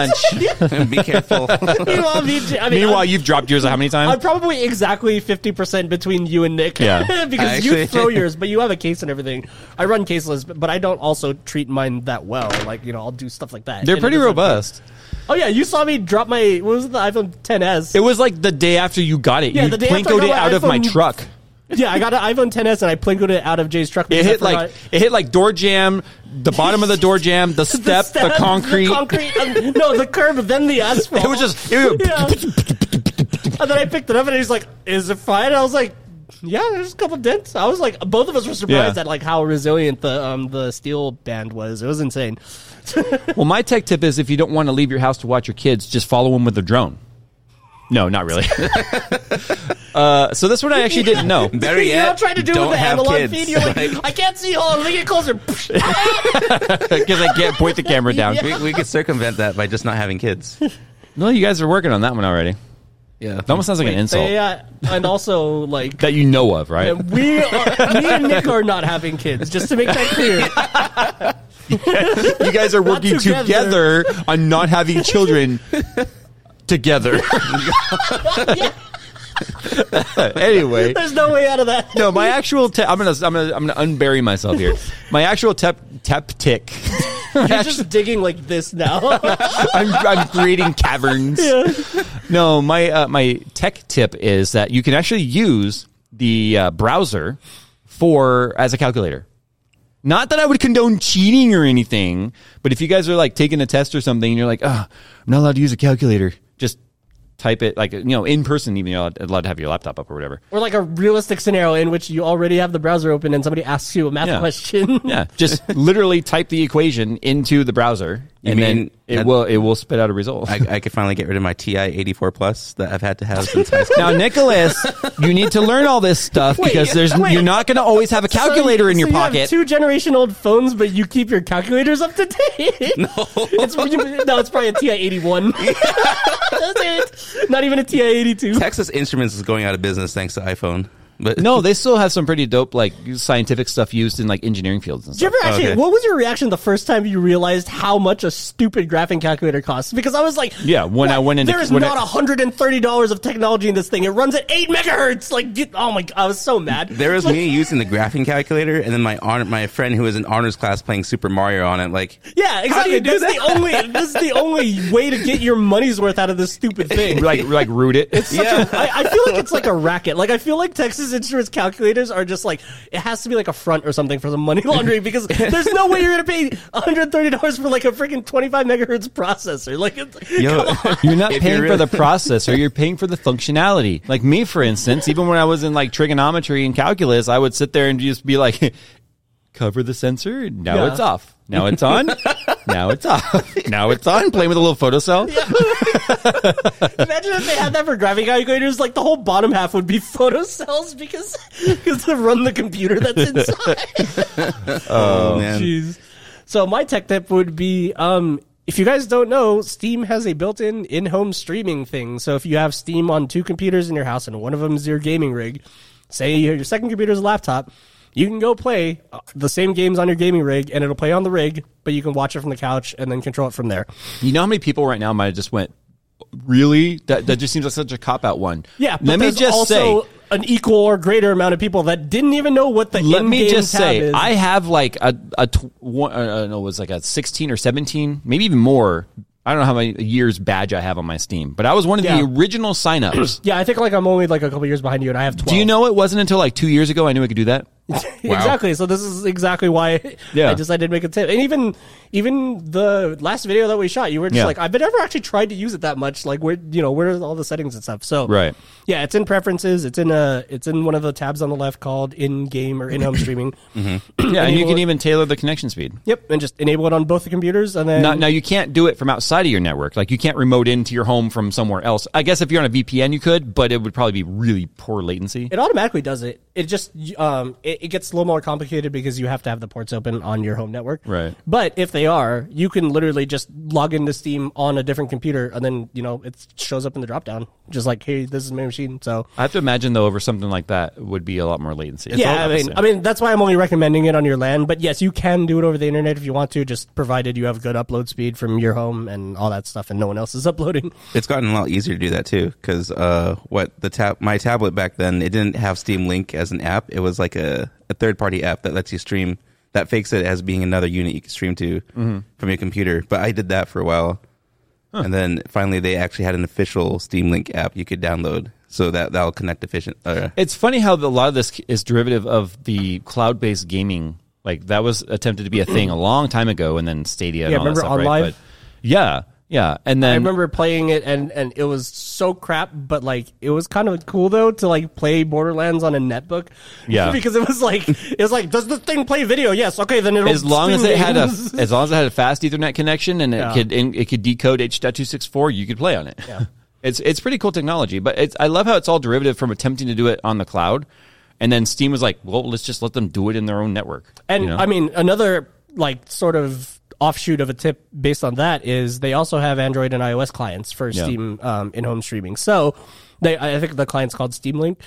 lunch.
Be careful.
Meanwhile, me, too- I mean,
Meanwhile,
I'm,
you've dropped yours how many
I'm
times?
Uh, probably exactly fifty percent between you and Nick.
Yeah.
because
I
you
actually-
throw yours, but you have a case and everything. I run caseless, but I don't also treat mine that well. Like you know, I'll do stuff like that.
They're
And it
pretty
doesn't-
robust.
Oh yeah, you saw me drop my what was it, the iPhone 10s.
It was like the day after you got it.
Yeah,
you
the day after I
plinkoed
got
it
my
out of my
iPhone-
truck.
yeah, I got an iPhone 10s and I plinkoed it out of Jay's truck.
It
because I
hit like
forgot-
it hit like door jam, the bottom of the door jam, the step, the,
steps,
concrete.
concrete, and- no, the curb, then the asphalt.
It was just it was-
Yeah. and then I picked it up, and he's like, "Is it fine?" I was like, "Yeah, there's a couple dents." I was like, both of us were surprised
Yeah.
at like how resilient the um the steel band was. It was insane.
Well, my tech tip is if you don't want to leave your house to watch your kids, just follow them with a drone. No, not really. uh, so this one I actually didn't know.
Better
you
yet,
know, trying to do
don't
with the
have
analog
kids.
feed. You're like, I can't see. Oh, let me get closer.
because I can't point the camera down.
we, we could circumvent that by just not having kids.
No, you guys are working on that one already. It
Yeah.
almost sounds like an insult
Yeah, and also like
that you know of, right?
we, are, me and Nick are not having kids. Just to make that clear.
you guys are working
together.
together. on not having children together. anyway,
There's no way out of that.
no, my actual te- I'm gonna I'm gonna I'm gonna unbury myself here. My actual tep tep tick.
You're just digging like this now.
I'm, I'm creating caverns. No, my uh, my tech tip is that you can actually use the uh, browser for as a calculator. Not that I would condone cheating or anything, but if you guys are like taking a test or something and you're like, oh, I'm not allowed to use a calculator, just type it like you know in person. Even you're allowed, allowed to have your laptop up or whatever.
or like a realistic scenario in which you already have the browser open and somebody asks you a math
Yeah.
question.
Yeah, just literally type the equation into the browser,
You
and
mean
then it
that-
will it will spit out a result.
I, I could finally get rid of my TI 84 plus that I've had to have since high school.
Now, Nicholas, you need to learn all this stuff because there's
wait.
you're not going to always have a calculator
So-
in your
so you have
pocket.
two generation old phones, but you keep your calculators up to date. No, it's, you- no, it's probably a TI eighty one. That's it. Not even a TI eighty two.
Texas Instruments is going out of business thanks to iPhone. But
no, they still have some pretty dope like scientific stuff used in like engineering fields and
Did you
stuff.
ever actually?
Okay.
What was your reaction the first time you realized how much a stupid graphing calculator costs? Because I was like,
Yeah, when I went into-
there is
when I-
not hundred and thirty dollars of technology in this thing. It runs at eight megahertz. Like, you- oh my, g- I was so mad.
there was me using the graphing calculator, and then my honor, my friend who was in honors class playing Super Mario on it. Like,
Yeah, exactly.
you do
This is the only this is the only way to get your money's worth out of this stupid thing.
Like like root it.
It's such a, I, I feel like it's like a racket. Like I feel like Texas Instruments calculators are just like it has to be like a front or something for some money laundering because there's no way you're gonna pay 130 dollars for like a freaking 25 megahertz processor. Like it's,
yo,
you're not
If
paying
you're
for
really-
the processor, you're paying for the functionality. Like me, for instance, even when I was in like trigonometry and calculus, I would sit there and just be like, cover the sensor. Now
Yeah.
it's off. Now it's on. now it's off. Now it's on. Playing with a little photocell.
imagine if they had that for graphic calculators. Like the whole bottom half would be photocells because because they run the computer that's inside.
oh, man.
Jeez. So my tech tip would be um if you guys don't know, Steam has a built-in in-home streaming thing. So if you have Steam on two computers in your house and one of them is your gaming rig, say your your second computer is a laptop, you can go play uh, the same games on your gaming rig and it'll play on the rig, but you can watch it from the couch and then control it from there.
You know how many people right now might have just went, really? That that just seems like such a cop out one.
Yeah, but
Let me
there's
just
also
say.
an equal or greater amount of people that didn't even know what the
Let me
in-game
just
tab
say,
is.
I have like a a tw- one, uh, I don't know, it was like a sixteen or seventeen, maybe even more. I don't know how many years badge I have on my Steam, but I was one of
Yeah.
the original signups.
yeah, I think like I'm only like a couple years behind you, and I have twelve.
Do you know it wasn't until like two years ago I knew I could do that?
Wow.
Exactly. So this is exactly why
Yeah.
I decided to make a tip. And even even the last video that we shot, you were just
Yeah.
like, I've never actually tried to use it that much. Like where you know, where are all the settings and stuff? So
Right.
Yeah, it's in preferences, it's in a it's in one of the tabs on the left called in game or in home streaming.
Mm-hmm. Yeah, and you
Enable
can
it.
even tailor the connection speed.
Yep. And just enable it on both the computers and then
Now, now you can't do it from outside of your network. Like you can't remote into your home from somewhere else. I guess if you're on a VPN, you could, but it would probably be really poor latency.
it automatically does it. It just um it, it gets a little more complicated because you have to have the ports open on your home network.
Right.
But if they are, you can literally just log into Steam on a different computer and then, you know, it shows up in the drop down. Just like, hey, this is my machine. So
I have to imagine though, over something like that would be a lot more latency.
yeah, I mean, I mean that's why I'm only recommending it on your LAN. But yes, you can do it over the internet if you want to, just provided you have good upload speed from your home and all that stuff, and no one else is uploading.
It's gotten a lot easier to do that too, because uh, what the tab, my tablet back then, it didn't have Steam Link as an app. It was like a, a third party app that lets you stream, that fakes it as being another unit you can stream to from your computer. But I did that for a while, and then finally they actually had an official Steam Link app you could download. so that that'll connect efficient. Uh,
It's funny how the, a lot of this is derivative of the cloud-based gaming. Like that was attempted to be a thing a long time ago, and then Stadia. and
Yeah,
all that
remember
stuff, right?
OnLive?
But- yeah, yeah, and then
I remember playing it and and it was so crap, but like it was kind of cool though to like play Borderlands on a netbook.
Yeah.
because it was like it was like does this thing play video? Yes, okay, then it'll
as long as
stream
it had a
games.
as long as it had a fast Ethernet connection and it
Yeah.
could and it could decode H.264, you could play on it. It's it's pretty cool technology, but it's I love how it's all derivative from attempting to do it on the cloud, and then Steam was like, well, let's just let them do it in their own network.
And
you know?
I mean, another like sort of offshoot of a tip based on that is they also have Android and iOS clients for Steam um, in-home streaming. So they, I think the client's called Steam Link.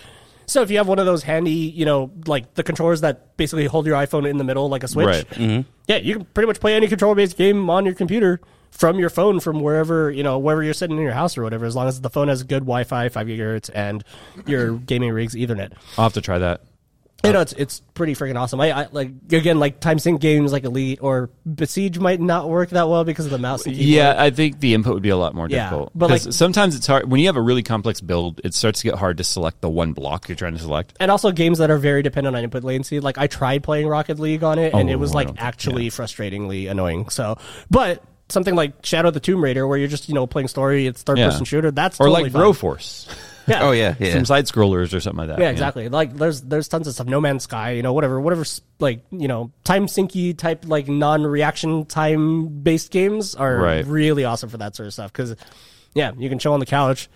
So if you have one of those handy, you know, like the controllers that basically hold your iPhone in the middle like a switch,
Right. Mm-hmm.
yeah, you can pretty much play any controller-based game on your computer from your phone from wherever you know wherever you're sitting in your house or whatever, as long as the phone has good Wi-Fi, five gigahertz, and your gaming rig's Ethernet
I'll have to try that.
you know, Oh, it's it's pretty freaking awesome. I, I like again like time sync games like Elite or Besiege might not work that well because of the mouse. And keyboard.
Yeah, I think the input would be a lot more
Yeah,
difficult.
but,
But
like-
sometimes it's hard when you have a really complex build, it starts to get hard to select the one block you're trying to select.
and also games that are very dependent on input latency. Like I tried playing Rocket League on it, and it
Oh,
was
I
like
don't think-
actually frustratingly annoying. So, but something like Shadow of the Tomb Raider, where you're just you know playing story, it's third
Yeah.
person shooter. That's
Or
totally
like
fine.
Broforce,
Yeah.
oh yeah, yeah.
some side scrollers or something like that.
Yeah, exactly. Like there's there's tons of stuff. No Man's Sky, you know, whatever, whatever. s- Like you know, time syncy type, like non-reaction time based games are
Right.
really awesome for that sort of stuff. Because yeah, you can chill on the couch,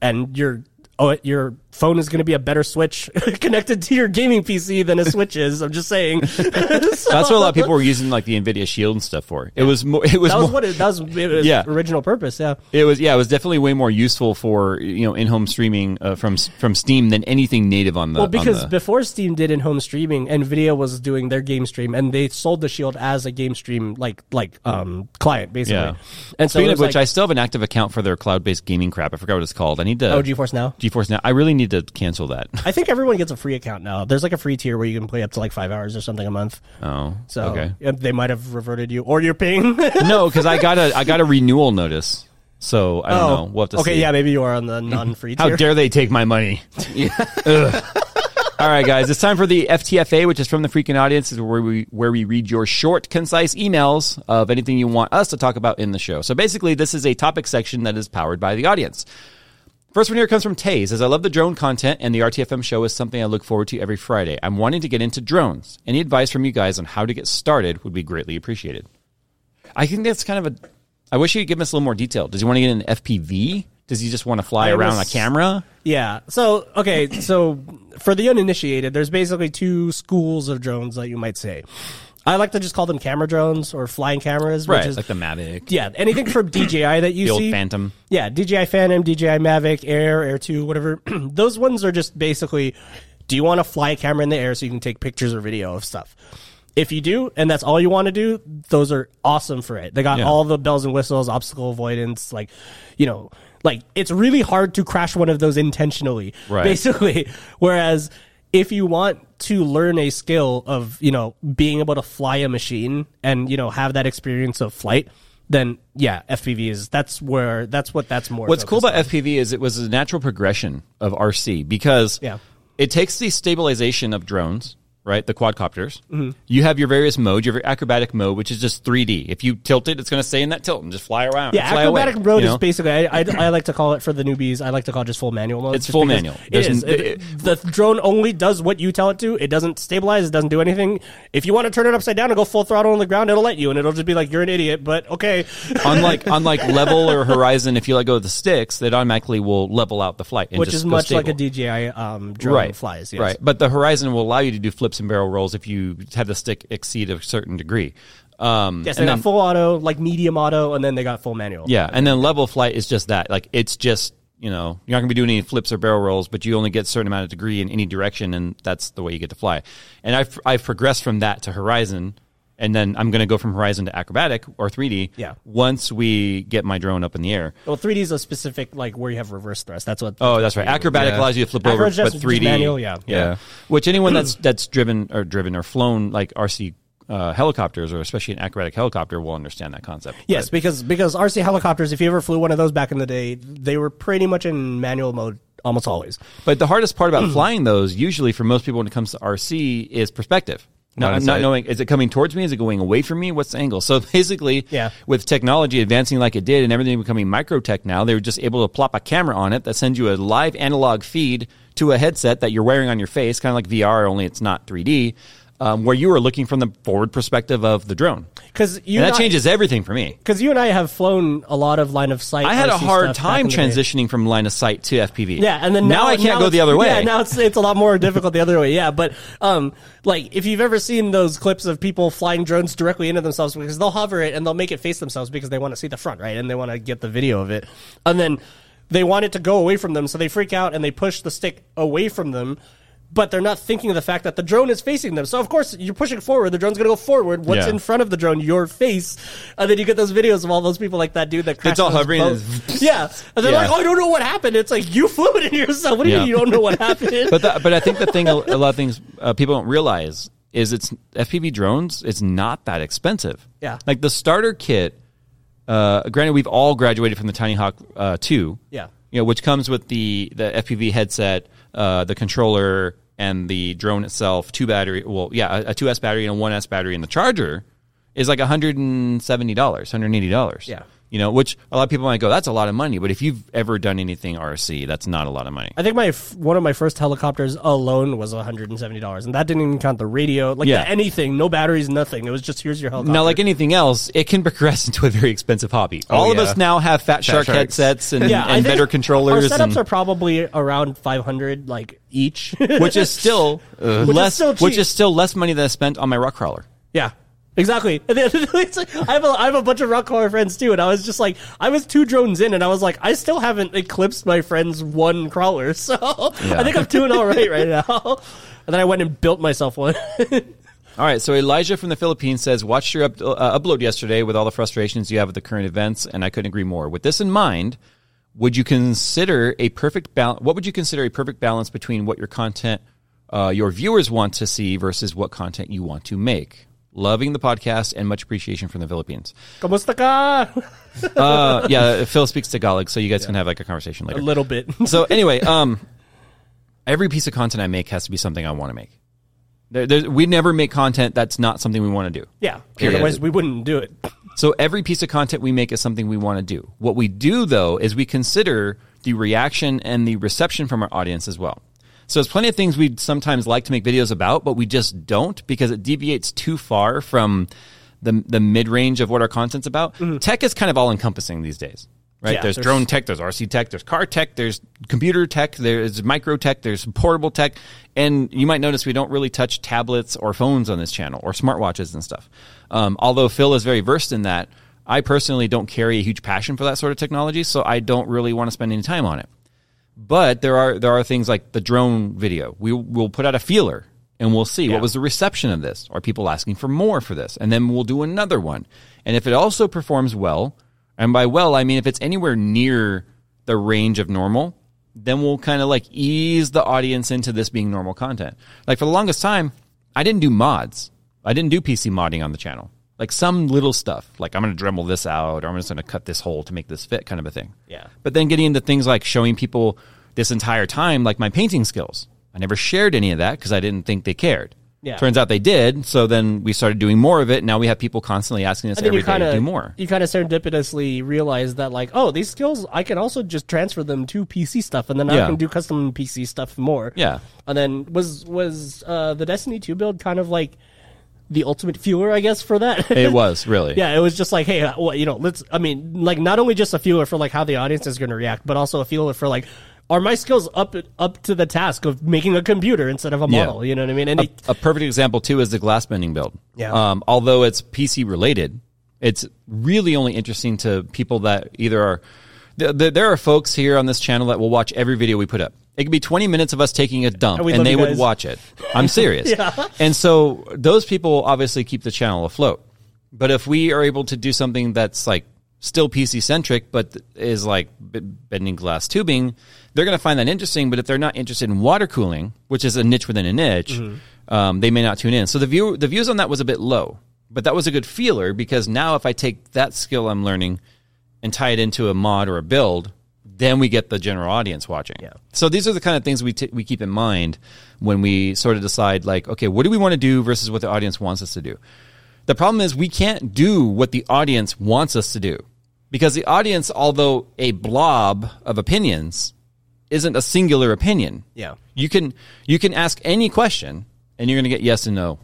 and your oh, your phone is going to be a better switch connected to your gaming PC than a switch is. I'm just saying.
That's what a lot of people were using like the Nvidia Shield and stuff for. It was more. It was,
That was
more,
what it, that was, it was
Yeah.
original purpose. Yeah.
It was yeah, it was definitely way more useful for you know in-home streaming uh, from from Steam than anything native on the.
Well,
on
because
the-
before Steam did in home streaming, Nvidia was doing their game stream, and they sold the Shield as a game stream like like um client basically.
Yeah.
And so
speaking
it
of
was
which, I
like,
still have an active account for their cloud-based gaming crap. I forgot what it's called. I need to
oh GeForce Now.
GeForce now. I really need to cancel that.
I think everyone gets a free account now. There's like a free tier where you can play up to like five hours or something a month.
Oh,
So
okay.
yeah, they might have reverted you, or you're paying.
no, because I got a I got a renewal notice, so I don't
Oh.
know. We'll have to
okay,
see.
yeah, maybe you are on the non-free
How
tier.
dare they take my money? Ugh. All right, guys, it's time for the FTFA, which is from the freaking audience, is where we where we read your short, concise emails of anything you want us to talk about in the show. So basically, this is a topic section that is powered by the audience. First one here comes from Tay. Says, I love the drone content, and the RTFM show is something I look forward to every Friday. I'm wanting to get into drones. Any advice from you guys on how to get started would be greatly appreciated. I think that's kind of a. I wish you'd give us a little more detail. Does he want to get an FPV? Does he just want to fly
I
around
was-
a camera?
Yeah. So okay. So for the uninitiated, there's basically two schools of drones that you might say. I like to just call them camera drones or flying cameras, which is
like the Mavic.
yeah, anything from DJI that you
The old
see.
Phantom.
Yeah, DJI Phantom, DJI Mavic, Air, Air 2, whatever. Those ones are just basically do you want to fly a camera in the air so you can take pictures or video of stuff? If you do, and that's all you want to do, those are awesome for it. They got
Yeah.
all the bells and whistles, obstacle avoidance, like, you know, like it's really hard to crash one of those intentionally.
Right.
Basically. Whereas if you want to learn a skill of, you know, being able to fly a machine and, you know, have that experience of flight, then yeah, FPV is that's where that's what that's more.
What's cool
focused
about FPV is it was a natural progression of RC because
Yeah.
it takes the stabilization of drones, right? The quadcopters.
Mm-hmm.
You have your various modes, your acrobatic mode, which is just 3D. If you tilt it, it's going to stay in that tilt and just fly around.
Yeah,
fly
acrobatic
away,
mode
you
is
know?
basically I, I, I like to call it for the newbies. I like to call it just full manual mode.
It's
just
full
because
manual.
It
There's
is.
n-
It-
it-
the drone only does what you tell it to. It doesn't stabilize. It doesn't do anything. If you want to turn it upside down and go full throttle on the ground, it'll let you, and it'll just be like you're an idiot. But okay,
unlike unlike level or horizon, if you let go of the sticks, it automatically will level out the flight, and
which
just
is
go
much like a
stable.
DJI um, drone flies. Yes.
Right, but the horizon will allow you to do flips and barrel rolls if you have the stick exceed a certain degree. Um,
Yes, they
and
got
then-
full auto, like medium auto, and then they got full manual.
Yeah, and then level flight is just that. Like it's just you know you're not going to be doing any flips or barrel rolls, but you only get a certain amount of degree in any direction, and that's the way you get to fly. And I've I've progressed from that to horizon, and then I'm going to go from horizon to acrobatic or 3D.
Yeah.
Once we get my drone up in the air.
Well, 3D is a specific like where you have reverse thrust. That's what.
Oh, that's right. Acrobatic
Yeah.
allows you to flip over,
Acrobatic
but
just- just
3D
manual, yeah.
yeah.
Yeah.
Which anyone that's that's driven or driven or flown like RC uh, helicopters or especially an acrobatic helicopter will understand that concept.
Yes, because because RC helicopters, if you ever flew one of those back in the day, they were pretty much in manual mode almost always.
But the hardest part
Hmm.
about flying those, usually for most people when it comes to RC, is perspective. Not,
Line of
not
sight.
knowing is it coming towards me? Is it going away from me? What's the angle? So basically,
Yeah.
with technology advancing like it did and everything becoming microtech now, they were just able to plop a camera on it that sends you a live analog feed to a headset that you're wearing on your face, kind of like VR, only it's not 3D, um, where you are looking from the forward perspective of the drone.
Because you
and that
and I-
changes everything for me.
Because you and I have flown a lot of line of sight.
I had a
RC
hard
stuff back
time
in the day.
transitioning from line of sight to FPV.
Yeah, and then now,
now, I can't
now
go
it's-
the other way.
Yeah, now it's it's a lot more difficult the other way. Yeah, but um, like if you've ever seen those clips of people flying drones directly into themselves because they'll hover it and they'll make it face themselves because they want to see the front right and they want to get the video of it, and then they want it to go away from them, so they freak out and they push the stick away from them. But they're not thinking of the fact that the drone is facing them. So of course you're pushing forward. The drone's going to go forward. What's
Yeah.
in front of the drone? Your face. And then you get those videos of all those people like that dude that crashed
all
on his
hovering and
boat. Yeah, and they're
Yeah.
like, "Oh, I don't know what happened." It's like you floated yourself. What do you
Yeah.
mean you don't know what happened?
but the, but I think the thing a lot of things uh, people don't realize is it's FPV drones. It's not that expensive.
Yeah.
like the starter kit. Uh, granted, we've all graduated from the Tiny Hawk uh, two.
Yeah.
you know, which comes with the the FPV headset, uh, the controller, and the drone itself. Two battery. Well, yeah, a, a 2S battery and a 1S battery, and the charger is like $170, $180.
Yeah.
You know, which a lot of people might go, that's a lot of money. But if you've ever done anything RC, that's not a lot of money.
I think my f- one of my first helicopters alone was one hundred and seventy dollars, and that didn't even count the radio, like
Yeah.
the- anything, no batteries, nothing. It was just here's your helicopter.
Now, like anything else, it can progress into a very expensive hobby.
Oh,
All of
yeah.
us now have Fat, Shark
Sharks.
headsets and,
yeah, I
and
think
better controllers,
Our setups
and,
are probably around five hundred, like each.
which is still
Which is
less,
still cheap.
which is still less money than I spent on my rock crawler.
Yeah. Exactly. And then it's like, I have a I have a bunch of rock crawler friends too, and I was just like, I was two drones in, and I was like, I still haven't eclipsed my friend's one crawler, so I think I'm doing all right right now. And then I went and built myself one.
All right, so Elijah from the Philippines says, "Watched your up, uh, upload yesterday with all the frustrations you have with the current events, and I couldn't agree more. With this in mind, would you consider a perfect balance? What would you consider a perfect balance between what your content, uh, your viewers want to see, versus what content you want to make? Loving the podcast and much appreciation from the Philippines.
Kamusta ka?
Uh, yeah, Phil speaks Tagalog, so you guys can have like a conversation
A
later.
little bit.
So anyway, um, every piece of content I make has to be something I want to make. There, there's, we never make content that's not something we want to do.
Yeah.
Period.
Otherwise, we wouldn't do it.
So every piece of content we make is something we want to do. What we do though is we consider the reaction and the reception from our audience as well. So there's plenty of things we'd sometimes like to make videos about, but we just don't because it deviates too far from the the mid range of what our content's about. Tech is kind of all encompassing these days. Right.
Mm-hmm. Yeah,
there's,
there's-
drone tech, there's RC tech, there's car tech, there's computer tech, there's micro tech, there's portable tech. And you might notice we don't really touch tablets or phones on this channel or smartwatches and stuff. Um, although Phil is very versed in that, I personally don't carry a huge passion for that sort of technology, so I don't really want to spend any time on it. But there are there are things like the drone video. We will put out a feeler and we'll see what was the reception of this. Are people asking for more for this? And then we'll do another one. And if it also performs well, and by well I mean if it's anywhere near the range of normal, then we'll kind of like ease the audience into this being normal content. Like for the longest time, I didn't do mods. I didn't do PC modding on the channel. Like some little stuff, like I'm going to Dremel this out, or I'm just going to cut this hole to make this fit, kind of a thing.
Yeah.
But then getting into things like showing people this entire time, like my painting skills. I never shared any of that because I didn't think they cared.
Yeah.
Turns out they did. So then we started doing more of it. Now we have people constantly asking us
And then
every
you
day
kind
to
of
do more.
You kind of serendipitously realize that, like, oh, these skills I can also just transfer them to PC stuff, and then I
Yeah.
can do custom PC stuff more.
Yeah.
And then was was uh, the Destiny two build kind of like the ultimate fueler, I guess, for that.
It was really.
Yeah, it was just like, hey, uh, well, you know, let's. I mean, like, not only just a feeler for like how the audience is going to react, but also a feeler for like, are my skills up up to the task of making a computer instead of a
Yeah.
model? You know what I mean? And
a,
it-
a perfect example too is the glass bending build.
Yeah.
Um, although it's PC related, it's really only interesting to people that either are. Th- th- there are folks here on this channel that will watch every video we put up. It could be 20 minutes of us taking a dump,
And we
and,
love
they
you
would
guys.
watch it. I'm serious. And so those people obviously keep the channel afloat. But if we are able to do something that's like still PC centric, but th- is like b- bending glass tubing, they're going to find that interesting. But if they're not interested in water cooling, which is a niche within a niche,
Mm-hmm.
um, they may not tune in. So the view the views on that was a bit low, but that was a good feeler because now if I take that skill I'm learning and tie it into a mod or a build, then we get the general audience watching.
Yeah.
So these are the kind of things we t- we keep in mind when we sort of decide like, okay, what do we want to do versus what the audience wants us to do. The problem is we can't do what the audience wants us to do because the audience, although a blob of opinions, isn't a singular opinion.
Yeah.
You can you can ask any question and you're going to get yes and no.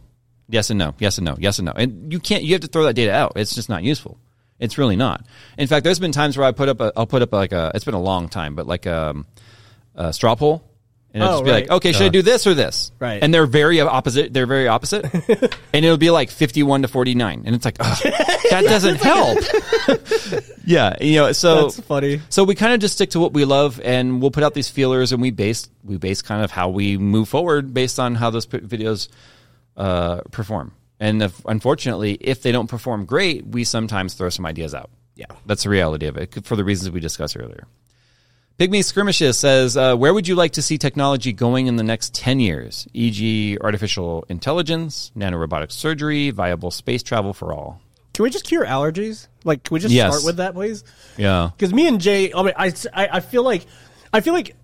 Yes and no, yes and no, yes and no. And you can't you have to throw that data out. It's just not useful. It's really not. In fact, there's been times where I put up a I'll put up like a it's been a long time, but like um a straw poll and it'll
Oh,
just be like,
right.
"Okay, should I do this or this?"
Right.
And they're very opposite, they're very opposite. and it'll be like 51 to 49 and it's like, "Ugh, that doesn't help." yeah, you know, so
That's funny.
so we kind of just stick to what we love, and we'll put out these feelers, and we base we base kind of how we move forward based on how those p- videos uh, perform. And if, unfortunately, if they don't perform great, we sometimes throw some ideas out.
Yeah.
that's the reality of it for the reasons we discussed earlier. Pygmy Skirmishes says, uh, "Where would you like to see technology going in the next ten years? E.g., artificial intelligence, nanorobotic surgery, viable space travel for all."
Can we just cure allergies? Like, can we just
Yes.
start with that, please?
Yeah,
Because me and Jay, I, mean, I, I, I feel like, I feel like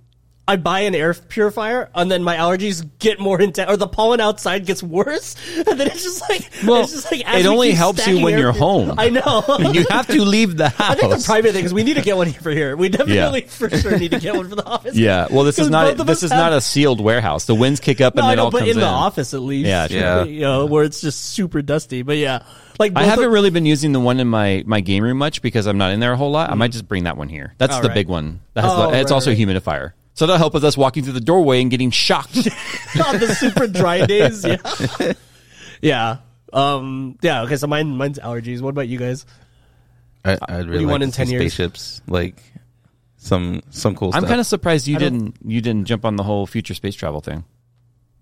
I buy an air purifier and then my allergies get more intense, or the pollen outside gets worse, and then it's just like,
Well,
it's just like as
it
we
only
keep
helps you
stacking
when
air
you're
pu-
home.
I know.
you have to leave the house.
I think the private thing is we need to get one for here. We definitely for sure need to get one for the office.
Yeah. Well, this is
'Cause
not
both of
this
us
is
have-
not a sealed warehouse. The winds kick up and
No, I
then
know,
all
but
comes
in
in.
the office at least.
Yeah, sure.
Yeah.
You know, where it's just super dusty. But yeah, like
I
both
haven't
of-
really been using the one in my, my game room much because I'm not in there a whole lot. I might just bring that one here. That's
All
the
right.
big one. That has the-
Oh,
it's
right,
also a
right.
humidifier. So that'll help with us walking through the doorway and getting shocked.
on the super dry days. Yeah. yeah. Um. Yeah. Okay. So mine, mine's allergies. What about you guys?
I, I'd really
you
like
want
to
in 10
see
years?
spaceships, like some some cool
I'm
stuff.
kind of surprised you
don't-
didn't you didn't jump on the whole future space travel thing.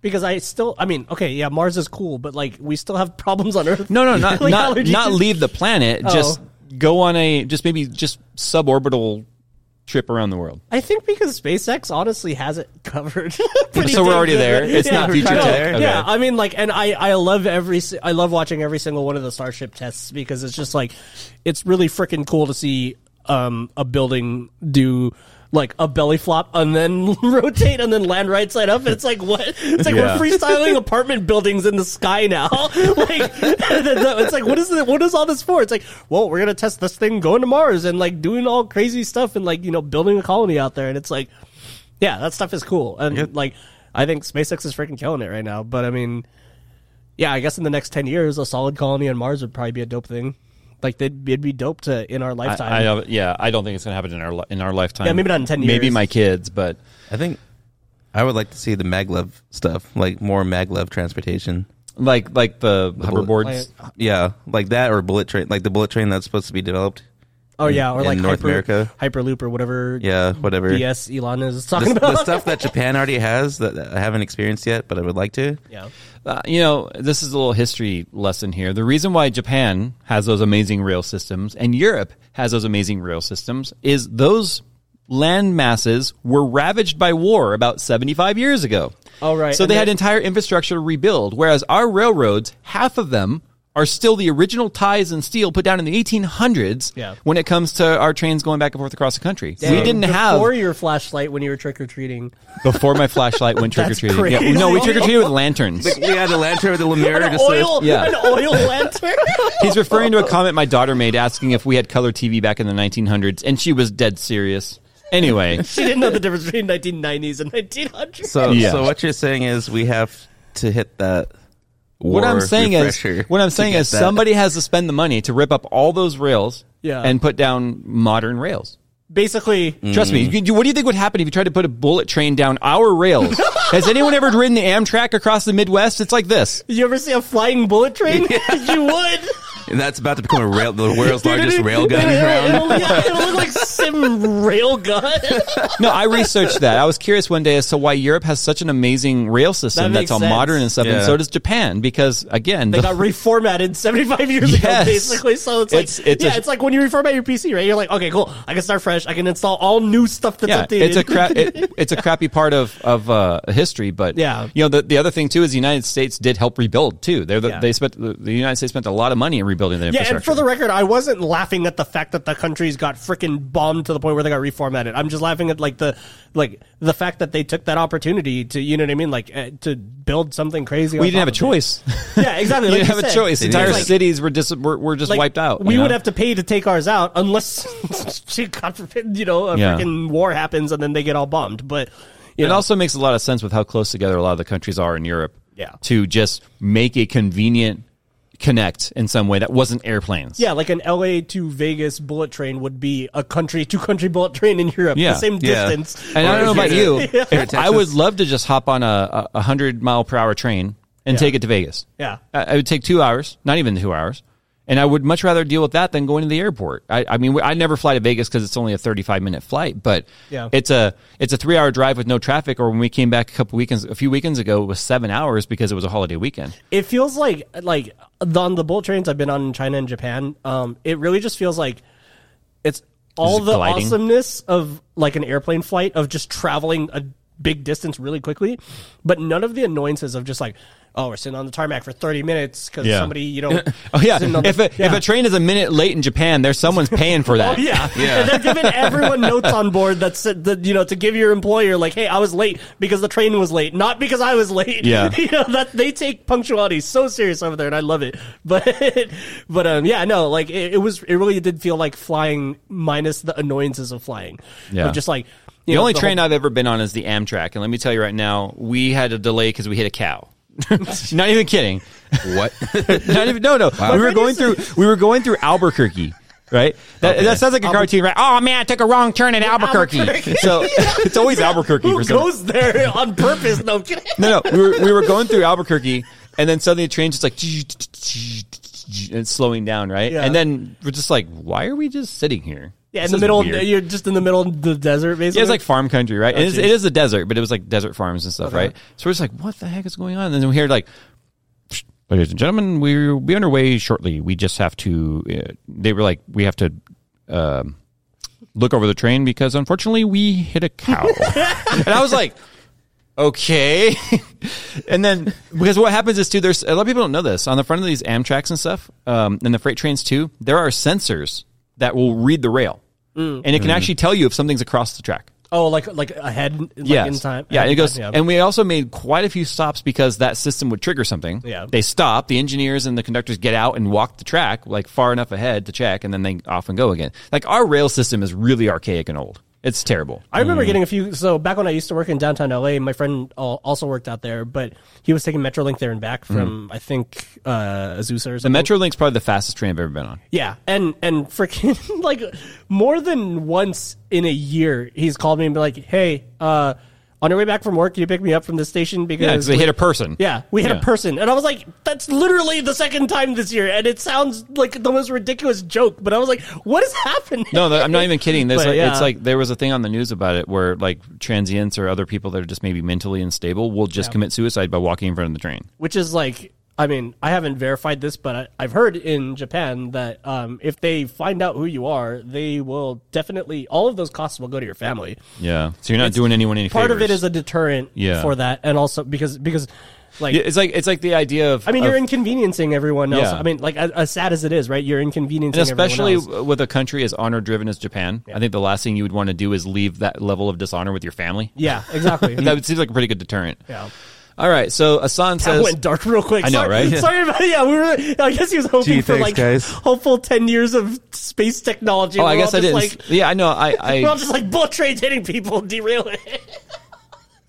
Because I still, I mean, okay, yeah, Mars is cool, but like we still have problems on Earth.
No, no, not
Like
not,
allergies.
not leave the planet.
Oh.
Just go on a just maybe just suborbital trip around the world.
I think because SpaceX honestly has it covered. Pretty
So we're
damn
already
good.
there. It's not
we're
future
kinda-
tech. Okay.
Yeah, I mean, like, and I, I love every, si- I love watching every single one of the Starship tests because it's just like, it's really freaking cool to see um, a building do like a belly flop and then rotate and then land right side up. And it's like what? It's like
Yeah.
we're freestyling apartment buildings in the sky now. like it's like what is it? What is all this for? It's like well, we're gonna test this thing going to Mars and like doing all crazy stuff and like you know building a colony out there. And it's like yeah, that stuff is cool. And like, I think SpaceX is freaking killing it right now. But I mean, yeah, I guess in the next ten years, a solid colony on Mars would probably be a dope thing. Like, they'd, it'd be dope to in our lifetime.
I, I don't, yeah, I don't think it's going to happen in our li- in our lifetime.
Yeah, maybe not in 10
Maybe
years.
my kids, but
I think I would like to see the maglev stuff, like more maglev transportation.
like like the, hoverboards.
Like-
Yeah, like that or bullet train, like the bullet train that's supposed to be developed.
oh yeah, or
in
like
North
Hyper,
America?
Hyperloop or whatever.
Yeah, whatever.
BS Elon is talking
The,
about.
the stuff that Japan already has that I haven't experienced yet, but I would like to.
yeah.
Uh, you know, this is a little history lesson here. The reason why Japan has those amazing rail systems and Europe has those amazing rail systems is those land masses were ravaged by war about 75 years ago.
Oh, right.
So
And
they
that-
had entire infrastructure to rebuild, whereas our railroads, half of them are still the original ties and steel put down in the 1800s
Yeah.
when it comes to our trains going back and forth across the country. we didn't have
before your flashlight when you were trick or treating.
before my flashlight went trick or
That's
treating. Yeah,
crazy.
no, we trick or treated with lanterns.
We had a lantern with a Lemire.
An
just so-
oil,
yeah.
an oil lantern.
He's referring to a comment my daughter made asking if we had color TV back in the 1900s, and she was dead serious. Anyway,
she didn't know the difference between 1990s and 1900s.
so,
Yeah.
so what you're saying is we have to hit that.
what I'm
war
saying is,
refresher
what I'm
to
saying
get
is,
that.
somebody has to spend the money to rip up all those rails
Yeah.
and put down modern rails.
basically,
Trust
Mm.
me. You could- what do you think would happen if you tried to put a bullet train down our rails? Has anyone ever ridden the Amtrak across the Midwest? It's like this.
Did you ever see a flying bullet train? you would.
And that's about to become a rail, the world's largest railgun
It'll,
round.
it'll- yeah, it'll look like sim rail gun.
No, I researched that. I was curious one day as to why Europe has such an amazing rail system
That
that's
makes
all
sense.
modern and stuff, and
Yeah.
so does Japan. Because again,
They got reformatted 75 years ago,
Yes.
basically. So it's like,
It's- it's
yeah,
a-
it's like when you reformat your PC, right? You're like, okay, cool. I can start fresh. I can install all new stuff that's
yeah,
updated.
it's a crap. It, it's a crappy part of of uh, history, but
Yeah.
you know the the other thing too is the United States did help rebuild too. They're the,
Yeah.
they spent the the United States spent a lot of money in rebuilding the
Yeah,
infrastructure.
and for the record, I wasn't laughing at the fact that the countries got freaking bombed to the point where they got reformatted. I'm just laughing at like the like the fact that they took that opportunity to you know what I mean, like uh, to build something crazy.
we
on
didn't have a
top of it.
choice.
Yeah, exactly.
we
like
didn't
you
have a
said.
choice.
They
Entire
didn't. Like-
cities were just were, were just
Like,
wiped out.
We
you
would
know?
have to pay to take ours out, unless shit, God forbid, you know, a
Yeah.
freaking war happens and then they get all bombed. But you
It
know,
also makes a lot of sense with how close together a lot of the countries are in Europe.
Yeah.
To just make a convenient connect in some way that wasn't airplanes.
Yeah, like an LA to Vegas bullet train would be a country to country bullet train in Europe.
Yeah.
The same
Yeah.
distance.
And I don't know about you.
Yeah.
if- I would love to just hop on a, a- a hundred mile per hour train and take it to Vegas.
Yeah.
I, I would take two hours, not even two hours. And I would much rather deal with that than going to the airport. I, I mean, I never fly to Vegas because it's only a thirty-five minute flight, but
Yeah.
it's a it's a three-hour drive with no traffic. Or when we came back a couple weekends, a few weekends ago, it was seven hours because it was a holiday weekend.
It feels like like on the bullet trains I've been on in China and Japan, um, it really just feels like it's all
it
the
gliding?
awesomeness of like an airplane flight of just traveling a big distance really quickly, but none of the annoyances of just like, oh, we're sitting on the tarmac for thirty minutes because
Yeah.
somebody, you know,
Oh yeah.
sitting on the-
If a, if a train is a minute late in Japan, there's someone's paying for that.
Yeah. And they're giving everyone notes on board that said that you know to give your employer like, hey, I was late because the train was late, not because I was late.
Yeah.
you know that they take punctuality so serious over there, and I love it. But but um yeah, no, like it, it was it really did feel like flying minus the annoyances of flying.
Yeah.
Of just like you
The
know,
only
the
train
whole-
I've ever been on is the Amtrak, and let me tell you right now, we had a delay because we hit a cow. Not even kidding.
What?
Not even, no, no. We were going through. We were going through Albuquerque. Right, that, that sounds like a cartoon, right? Oh man, I took a wrong turn at Albuquerque.
Albuquerque.
So it's always Albuquerque
who
for some.
goes there on purpose? No, I'm kidding.
No, no, we were, we were going through Albuquerque, and then suddenly the train's just like and it's slowing down, right?
Yeah.
And then we're just like, why are we just sitting here?
Yeah,
This
in the
is
middle,
weird.
you're just in the middle of the desert, basically.
Yeah, it's like farm country, right? it, is,
geez.
it is a desert, but it was like desert farms and stuff, right? So we're just like, what the heck is going on? And then we hear like, "Psh, ladies and gentlemen, we'll be underway shortly. We just have to. Uh, they were like, we have to um, look over the train because unfortunately we hit a cow. and I was like, okay. and then because what happens is too, there's a lot of people don't know this on the front of these Amtrak's and stuff, um, and the freight trains too. There are sensors that will read the rail, and it can actually tell you if something's across the track.
oh, like like ahead, like
Yes.
in time.
Yeah,
ahead
it
in
goes,
time,
and we also made quite a few stops because that system would trigger something.
Yeah.
they stop. The engineers and the conductors get out and walk the track like far enough ahead to check, and then they off and go again. Like our rail system is really archaic and old. It's terrible.
I remember getting a few. So back when I used to work in downtown LA, my friend al- also worked out there, but he was taking MetroLink there and back from I think uh, Azusa or
Mm. The
something.
MetroLink's probably the fastest train I've ever been on.
yeah, and and freaking like more than once in a year, he's called me and be like, "Hey, uh, on your way back from work, can you pick me up from the station because
Yeah, 'cause they
we-
hit a person.
Yeah, we hit
Yeah.
a person, and I was like, "That's literally the second time this year," and it sounds like the most ridiculous joke, but I was like, "What is happening?"
No, that, I'm not even kidding. There's
But,
like,
yeah.
It's like there was a thing on the news about it where like transients or other people that are just maybe mentally unstable will just commit suicide by walking in front of the train.
which is like I mean, I haven't verified this, but I, I've heard in Japan that um, if they find out who you are, they will definitely all of those costs will go to your family.
Yeah, so you're not doing anyone any
Part of
favors.
it is a deterrent
Yeah.
for that, and also because because like
Yeah, it's like it's like the idea of
I mean, you're
of-
inconveniencing everyone else.
Yeah.
I mean, like as, as sad as it is, right? You're inconveniencing
And especially
everyone else.
with a country as honor driven as Japan, I think the last thing you would want to do is leave that level of dishonor with your family.
Yeah, exactly.
That would- seems like a pretty good deterrent.
yeah.
All right, so Asan
That
says,
went dark real quick.
I know,
sorry,
right?
Sorry about yeah. We were. I guess he was hoping
Gee,
for
thanks,
like
guys.
hopeful ten years of space technology.
"Oh,
We're
I guess
all
I
just
didn't."
Like,
yeah, I know. I,
We're all
I
just like bullet trains hitting people, derailing.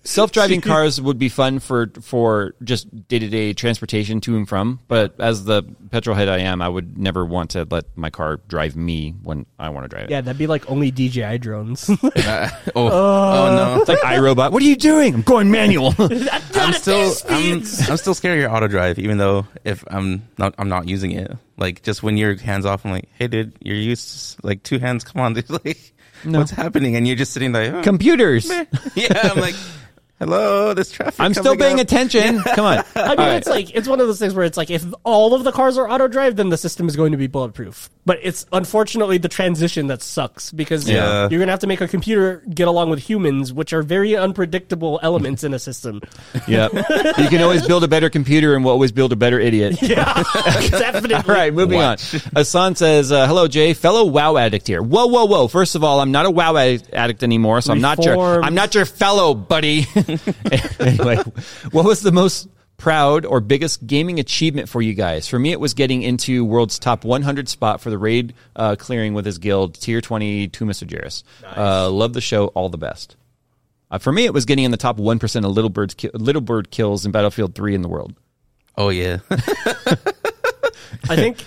self driving cars would be fun for for just day to day transportation to and from. But as the petrol head I am, I would never want to let my car drive me when I want to drive it.
Yeah, that'd be like only DJI drones.
oh, oh
It's like iRobot. What are you doing? I'm going manual.
no! I'm still I'm, I'm still scared of your auto drive, even though if I'm not I'm not using it. Like just when you're hands off, I'm like, hey dude, you're used like two hands. Come on, dude. Like what's happening? And you're just sitting there. "Oh."
Computers.
yeah, I'm like, Hello, this traffic.
I'm still
coming
paying
up.
attention. Come on.
I mean, it's like it's one of those things where it's like if all of the cars are auto drive, then the system is going to be bulletproof. But it's unfortunately the transition that sucks because
Yeah.
you're gonna have to make a computer get along with humans, which are very unpredictable elements in a system.
Yep. you can always build a better computer and we'll always build a better idiot.
Yeah, definitely.
All right, moving on. Asan says, uh, "Hello, Jay, fellow WoW addict here. Whoa, whoa, whoa! First of all, I'm not a WoW ad- addict anymore, so I'm not your
Reformed.
I'm not your fellow buddy. anyway, what was the most proud or biggest gaming achievement for you guys? For me, it was getting into world's top 100 spot for the raid uh, clearing with his guild, tier 20 to Mr. Jairus. Uh, love the show. All the best." Uh, for me, it was getting in the top one percent of little bird ki- little bird kills in Battlefield Three in the world.
Oh yeah,
I think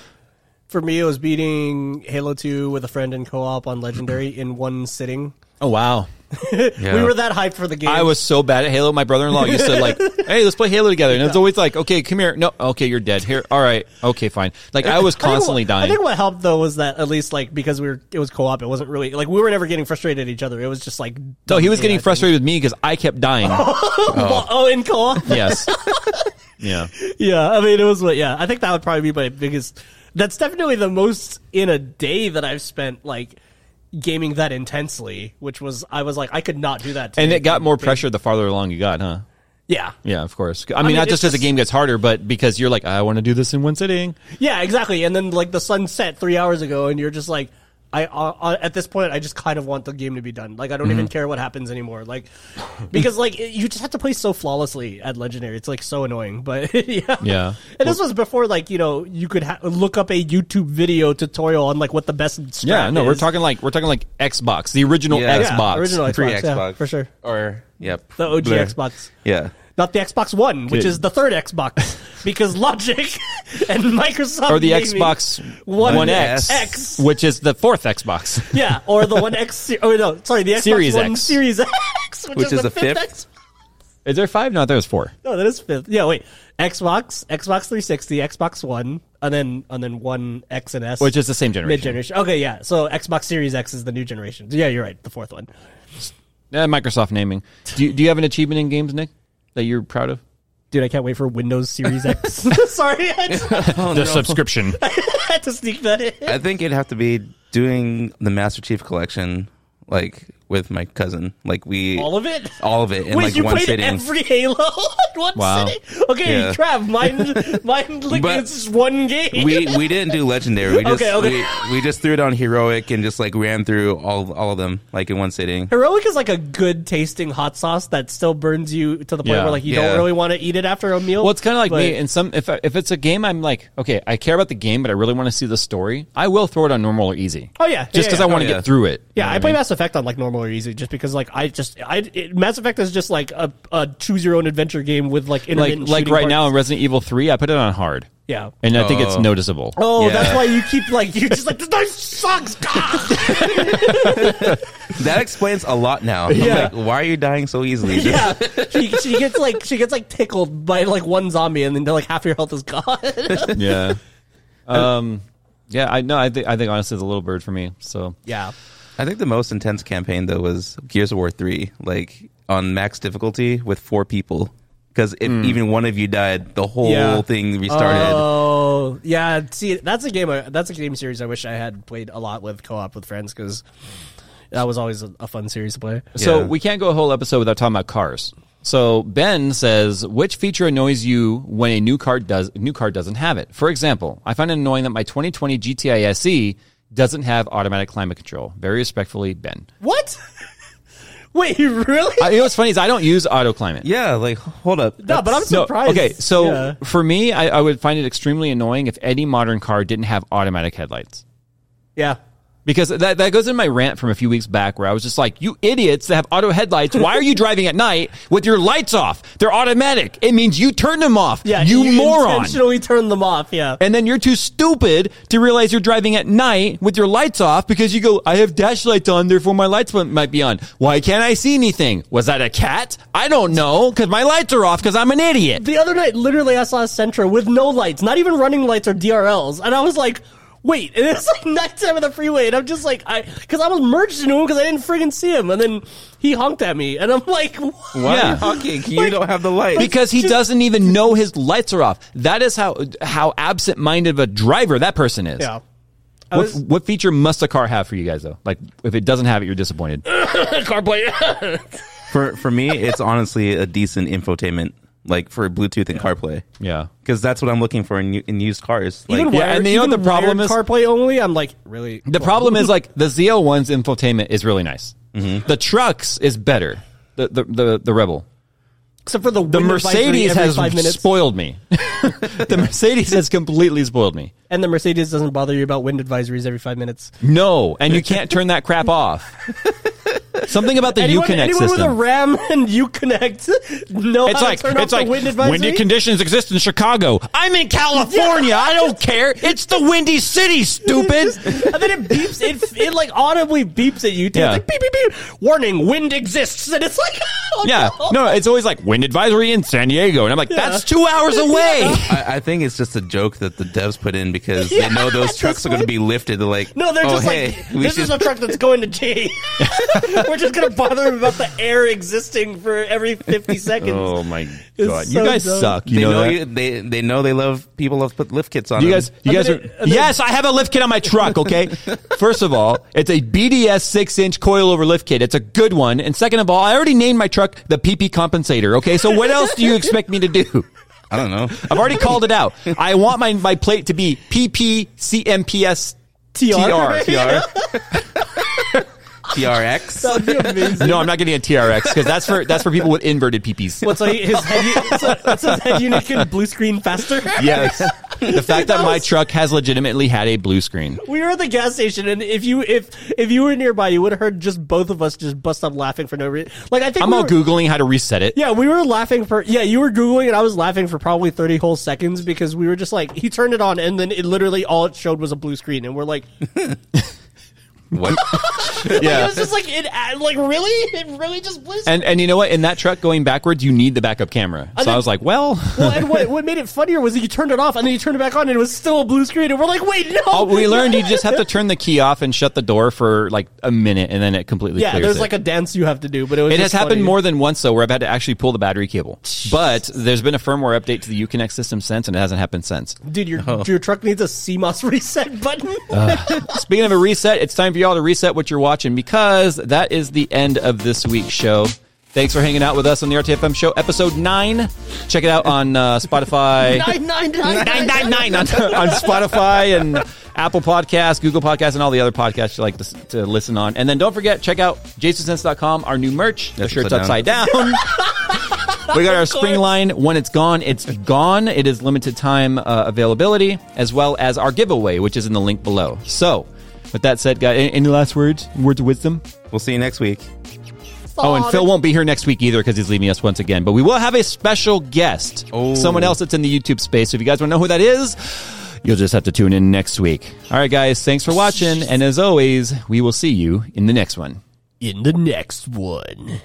for me, it was beating Halo Two with a friend in co-op on Legendary in one sitting.
Oh wow!
yeah.
We were that hyped for the game.
I was so bad at Halo. My brother-in-law used to like, "Hey, let's play Halo together," and it's always like, "Okay, come here." No, okay, you're dead. Here, all right, okay, fine. Like I was
I think
constantly
what-
dying.
I think what helped though was that at least like because we were it was co-op, it wasn't really like we were never getting frustrated at each other. It was just like
so he was
dumb
getting
AI things.
frustrated with me because I kept dying.
Oh, oh, in co-op.
yes. Yeah.
yeah, I mean it was what. Yeah, I think that would probably be my biggest. That's definitely the most in a day that I've spent like gaming that intensely, which was I was like I could not do that.
And
today.
it got more pressure the farther along you got, huh?
Yeah,
Yeah, of course. I mean,
mean,
not
it's
just as the
just-
game gets harder, but because you're like, I want to do this in one sitting.
yeah, exactly. And then like the sun set three hours ago, and you're just like. I uh, at this point I just kind of want the game to be done. Like I don't
Mm-hmm.
even care what happens anymore. Like because like it- you just have to play so flawlessly at legendary. It's like so annoying. But yeah.
Yeah.
And this was before like, you know, you could ha- look up a YouTube video tutorial on like what the best strat
Yeah. No, we're
is.
talking like we're talking like Xbox, the original
Yeah. Yeah,
Xbox.
original Xbox,
pre
yeah,
Xbox
for sure.
Or yep,
The OG
Bleh.
Xbox.
Yeah,
Not the Xbox One, which
Good.
is the third Xbox, because Logic and Microsoft
Or the
made me
Xbox
One,
One
X.
X.
X.
which is the fourth Xbox.
Yeah, or the One X. se- Oh no, sorry, the Xbox
Series
One
X.
Series X, which, is, the fifth. X.
Is there five? No, there's four.
No, that is fifth. Yeah, wait, Xbox, Xbox 360, Xbox One, and then and then One X and S,
Which is the same
mid
generation.
generation. Okay, yeah. So Xbox Series X is the new generation. Yeah, you're right. The fourth one.
Uh, Microsoft naming. Do you, do you have an achievement in games, Nick, that you're proud of?
Dude, I can't wait for Windows Series X. sorry, I just
the subscription.
had to sneak that in.
I think it'd have to be doing the Master Chief collection, like with my cousin. Like we
All of it.
all of it in
Wait,
like
you
one
played
sitting.
every Halo in one
Wow.
sitting? Okay,
Yeah.
Trav, mine, mine, like,
But-
it's just one game.
we we didn't do legendary. We just
Okay, okay.
We, we just threw it on heroic and just like ran through all all of them like in one sitting.
Heroic is like a good tasting hot sauce that still burns you to the point
Yeah.
where like you
Yeah.
don't really want to eat it after a meal.
Well, it's kind of like
but-
me. In some, if I, if it's a game, I'm like, okay, I care about the game, but I really want to see the story. I will throw it on normal or easy.
Oh, yeah. Yeah,
just because
yeah.
I want to
Oh, yeah.
get through it.
Yeah, I
You know
play
what
Mass Effect on like normal or easy, just because like I just I it, Mass Effect is just like a, a choose your own adventure game with like
I mean?
intermittent
like like
shooting
right now in
parts.
Resident Evil Three, I put it on hard.
Yeah.
and I think it's
Oh.
noticeable.
Oh,
Yeah.
that's why you keep like you just like this knife sucks. God!
That explains a lot now. I'm
Yeah.
like, why are you dying so easily?
yeah, she, she gets like she gets like tickled by like one zombie, and then like half your health is gone.
Yeah, um, yeah. I know. I think I think honestly, it's a little bird for me. So
yeah,
I think the most intense campaign though was Gears of War three, like on max difficulty with four people. Because if even one of you died, the whole
Yeah.
thing restarted.
Oh yeah, see that's a game. I- That's a game series I wish I had played a lot with co-op with friends because that was always a, a fun series to play.
So
Yeah.
we can't go a whole episode without talking about cars. So Ben says, which feature annoys you when a new car does new car doesn't have it? For example, I find it annoying that my 2020 GTI SE E doesn't have automatic climate control. Very respectfully, Ben.
What? Wait, really?
I, you know what's funny is I don't use auto climate.
Yeah, like hold up.
no, but I'm
No,
surprised.
okay, so
Yeah.
for me, I, I would find it extremely annoying if any modern car didn't have automatic headlights.
yeah.
Because that, that goes in my rant from a few weeks back where I was just like, you idiots that have auto headlights, why are you driving at night with your lights off? They're automatic. It means you turn them off.
Yeah,
you, moron.
Intentionally turn them off. Yeah,
And then you're too stupid to realize you're driving at night with your lights off because you go, I have dash lights on, therefore my lights mi- might be on. Why can't I see anything? Was that a cat? I don't know because my lights are off because I'm an idiot.
the other night, literally, I saw a Sentra with no lights, not even running lights or DRLs, and I was like, wait, and it's like next time on the freeway, and I'm just like, I because I was merged into him because I didn't friggin' see him, and then he honked at me, and I'm like, what?
Yeah.
Honking, you don't have the light.
because he doesn't even know his lights are off. That is how how absent minded of a driver that person is.
yeah. I
What,
was
what feature must a car have for you guys though? Like if it doesn't have it, you're disappointed.
CarPlay.
for for me, it's honestly a decent infotainment, like for Bluetooth and CarPlay.
Yeah.
because that's what I'm looking for in, in used cars. Like,
even
yeah,
wired,
and you know
even
the problem
wired
is-
CarPlay only. I'm like, really?
The problem is like the ZL1's infotainment is really nice.
Mm-hmm.
The trucks is better. The the the, the Rebel.
Except for the
The
wind advisory
Mercedes
every
has
five minutes,
spoiled me. the Mercedes has completely spoiled me.
and the Mercedes doesn't bother you about wind advisories every five minutes.
No, and you can't turn that crap off. Something about the
anyone,
Uconnect
anyone with
system.
a RAM and UConnect know
it's
how
like
to turn off
it's like
the wind advisory.
windy conditions exist in Chicago. I'm in California. I don't care. It's the windy city, stupid.
and then it beeps. It, it like audibly beeps at you. Too.
Yeah.
It's like beep beep beep. Warning: wind exists, and it's like, oh,
yeah, no, it's always like wind advisory in San Diego, and I'm like, that's two hours away.
I, I think it's just a joke that the devs put in because
Yeah,
they know those
that's
trucks are going
what-
to be lifted. They're like,
No, they're
"Oh,
just
hey,
like,
we
this
should-
is a truck that's going to G. We're just going to bother him about the air existing for every
Oh.
50 seconds.
my
It's
you
so
guys
dumb.
suck. You
they
know,
know,
that?
Oh you, they they know they love people love put lift kits on.
You
them.
guys, you
And
guys
then
are.
it- and then-
yes, I have a lift kit on my truck. Okay, first of all, it's a BDS six-inch coilover lift kit. It's a good one. And second of all, I already named my truck the PP compensator. Okay, so what else do you expect me to do?
I don't know.
I've already called it out. I want my, my plate to be PPCMPS.
TR.
TRX.
That would be amazing.
No, I'm not getting a TRX because that's for that's for people with inverted PPs.
What's like his head, u- so, so his head unit can blue screen faster?
Yes, the fact that my truck has legitimately had a blue screen.
We were at the gas station, and if you if if you were nearby, you would have heard just both of us just bust up laughing for no reason. Like I think
I'm
we
all
were-
googling how to reset it.
Yeah, we were laughing for yeah. You were googling, and I was laughing for probably thirty whole seconds because we were just like he turned it on, and then it literally all it showed was a blue screen, and we're like,
What?
It was just like it, uh, like really, it really just blizzed.
And and you know what? In that truck going backwards, you need the backup camera. So
then-
I was like, well,
well, and what, what made it funnier was that you turned it off and then you turned it back on and it was still a blue screen, and we're like, wait, no.
all- we learned you just have to turn the key off and shut the door for like a minute, and then it completely
Yeah,
Clears
there's
it.
like a dance you have to do, but it was.
It has
just
happened
funny.
more than once though, where I've had to actually pull the battery cable. But there's been a firmware update to the Uconnect system since, and it hasn't happened since.
Dude, your
Oh.
your truck needs a CMOS reset button.
Uh, Speaking of a reset, it's time for y'all to reset what you're watching because that is the end of this week's show. Thanks for hanging out with us on the RTFM show, episode nine. Check it out on uh, Spotify.
nine nine nine
nine nine nine on, on Spotify and Apple Podcasts, Google Podcasts, and all the other podcasts you like to, to listen on. And then don't forget, check out jasonsense.com, our new merch. The
That's
shirt's upside
upside
down. we got our spring line. When it's gone, it's gone. It is limited time uh, availability, as well as our giveaway, which is in the link below. So, with that said, guys, any, any last words? Words of wisdom?
We'll see you next week.
Oh, and Phil won't be here next week either because he's leaving us once again. But we will have a special guest,
Oh.
someone else that's in the YouTube space. So if you guys want to know who that is, you'll just have to tune in next week. All right, guys, thanks for watching, and as always, we will see you in the next one.
in the next one.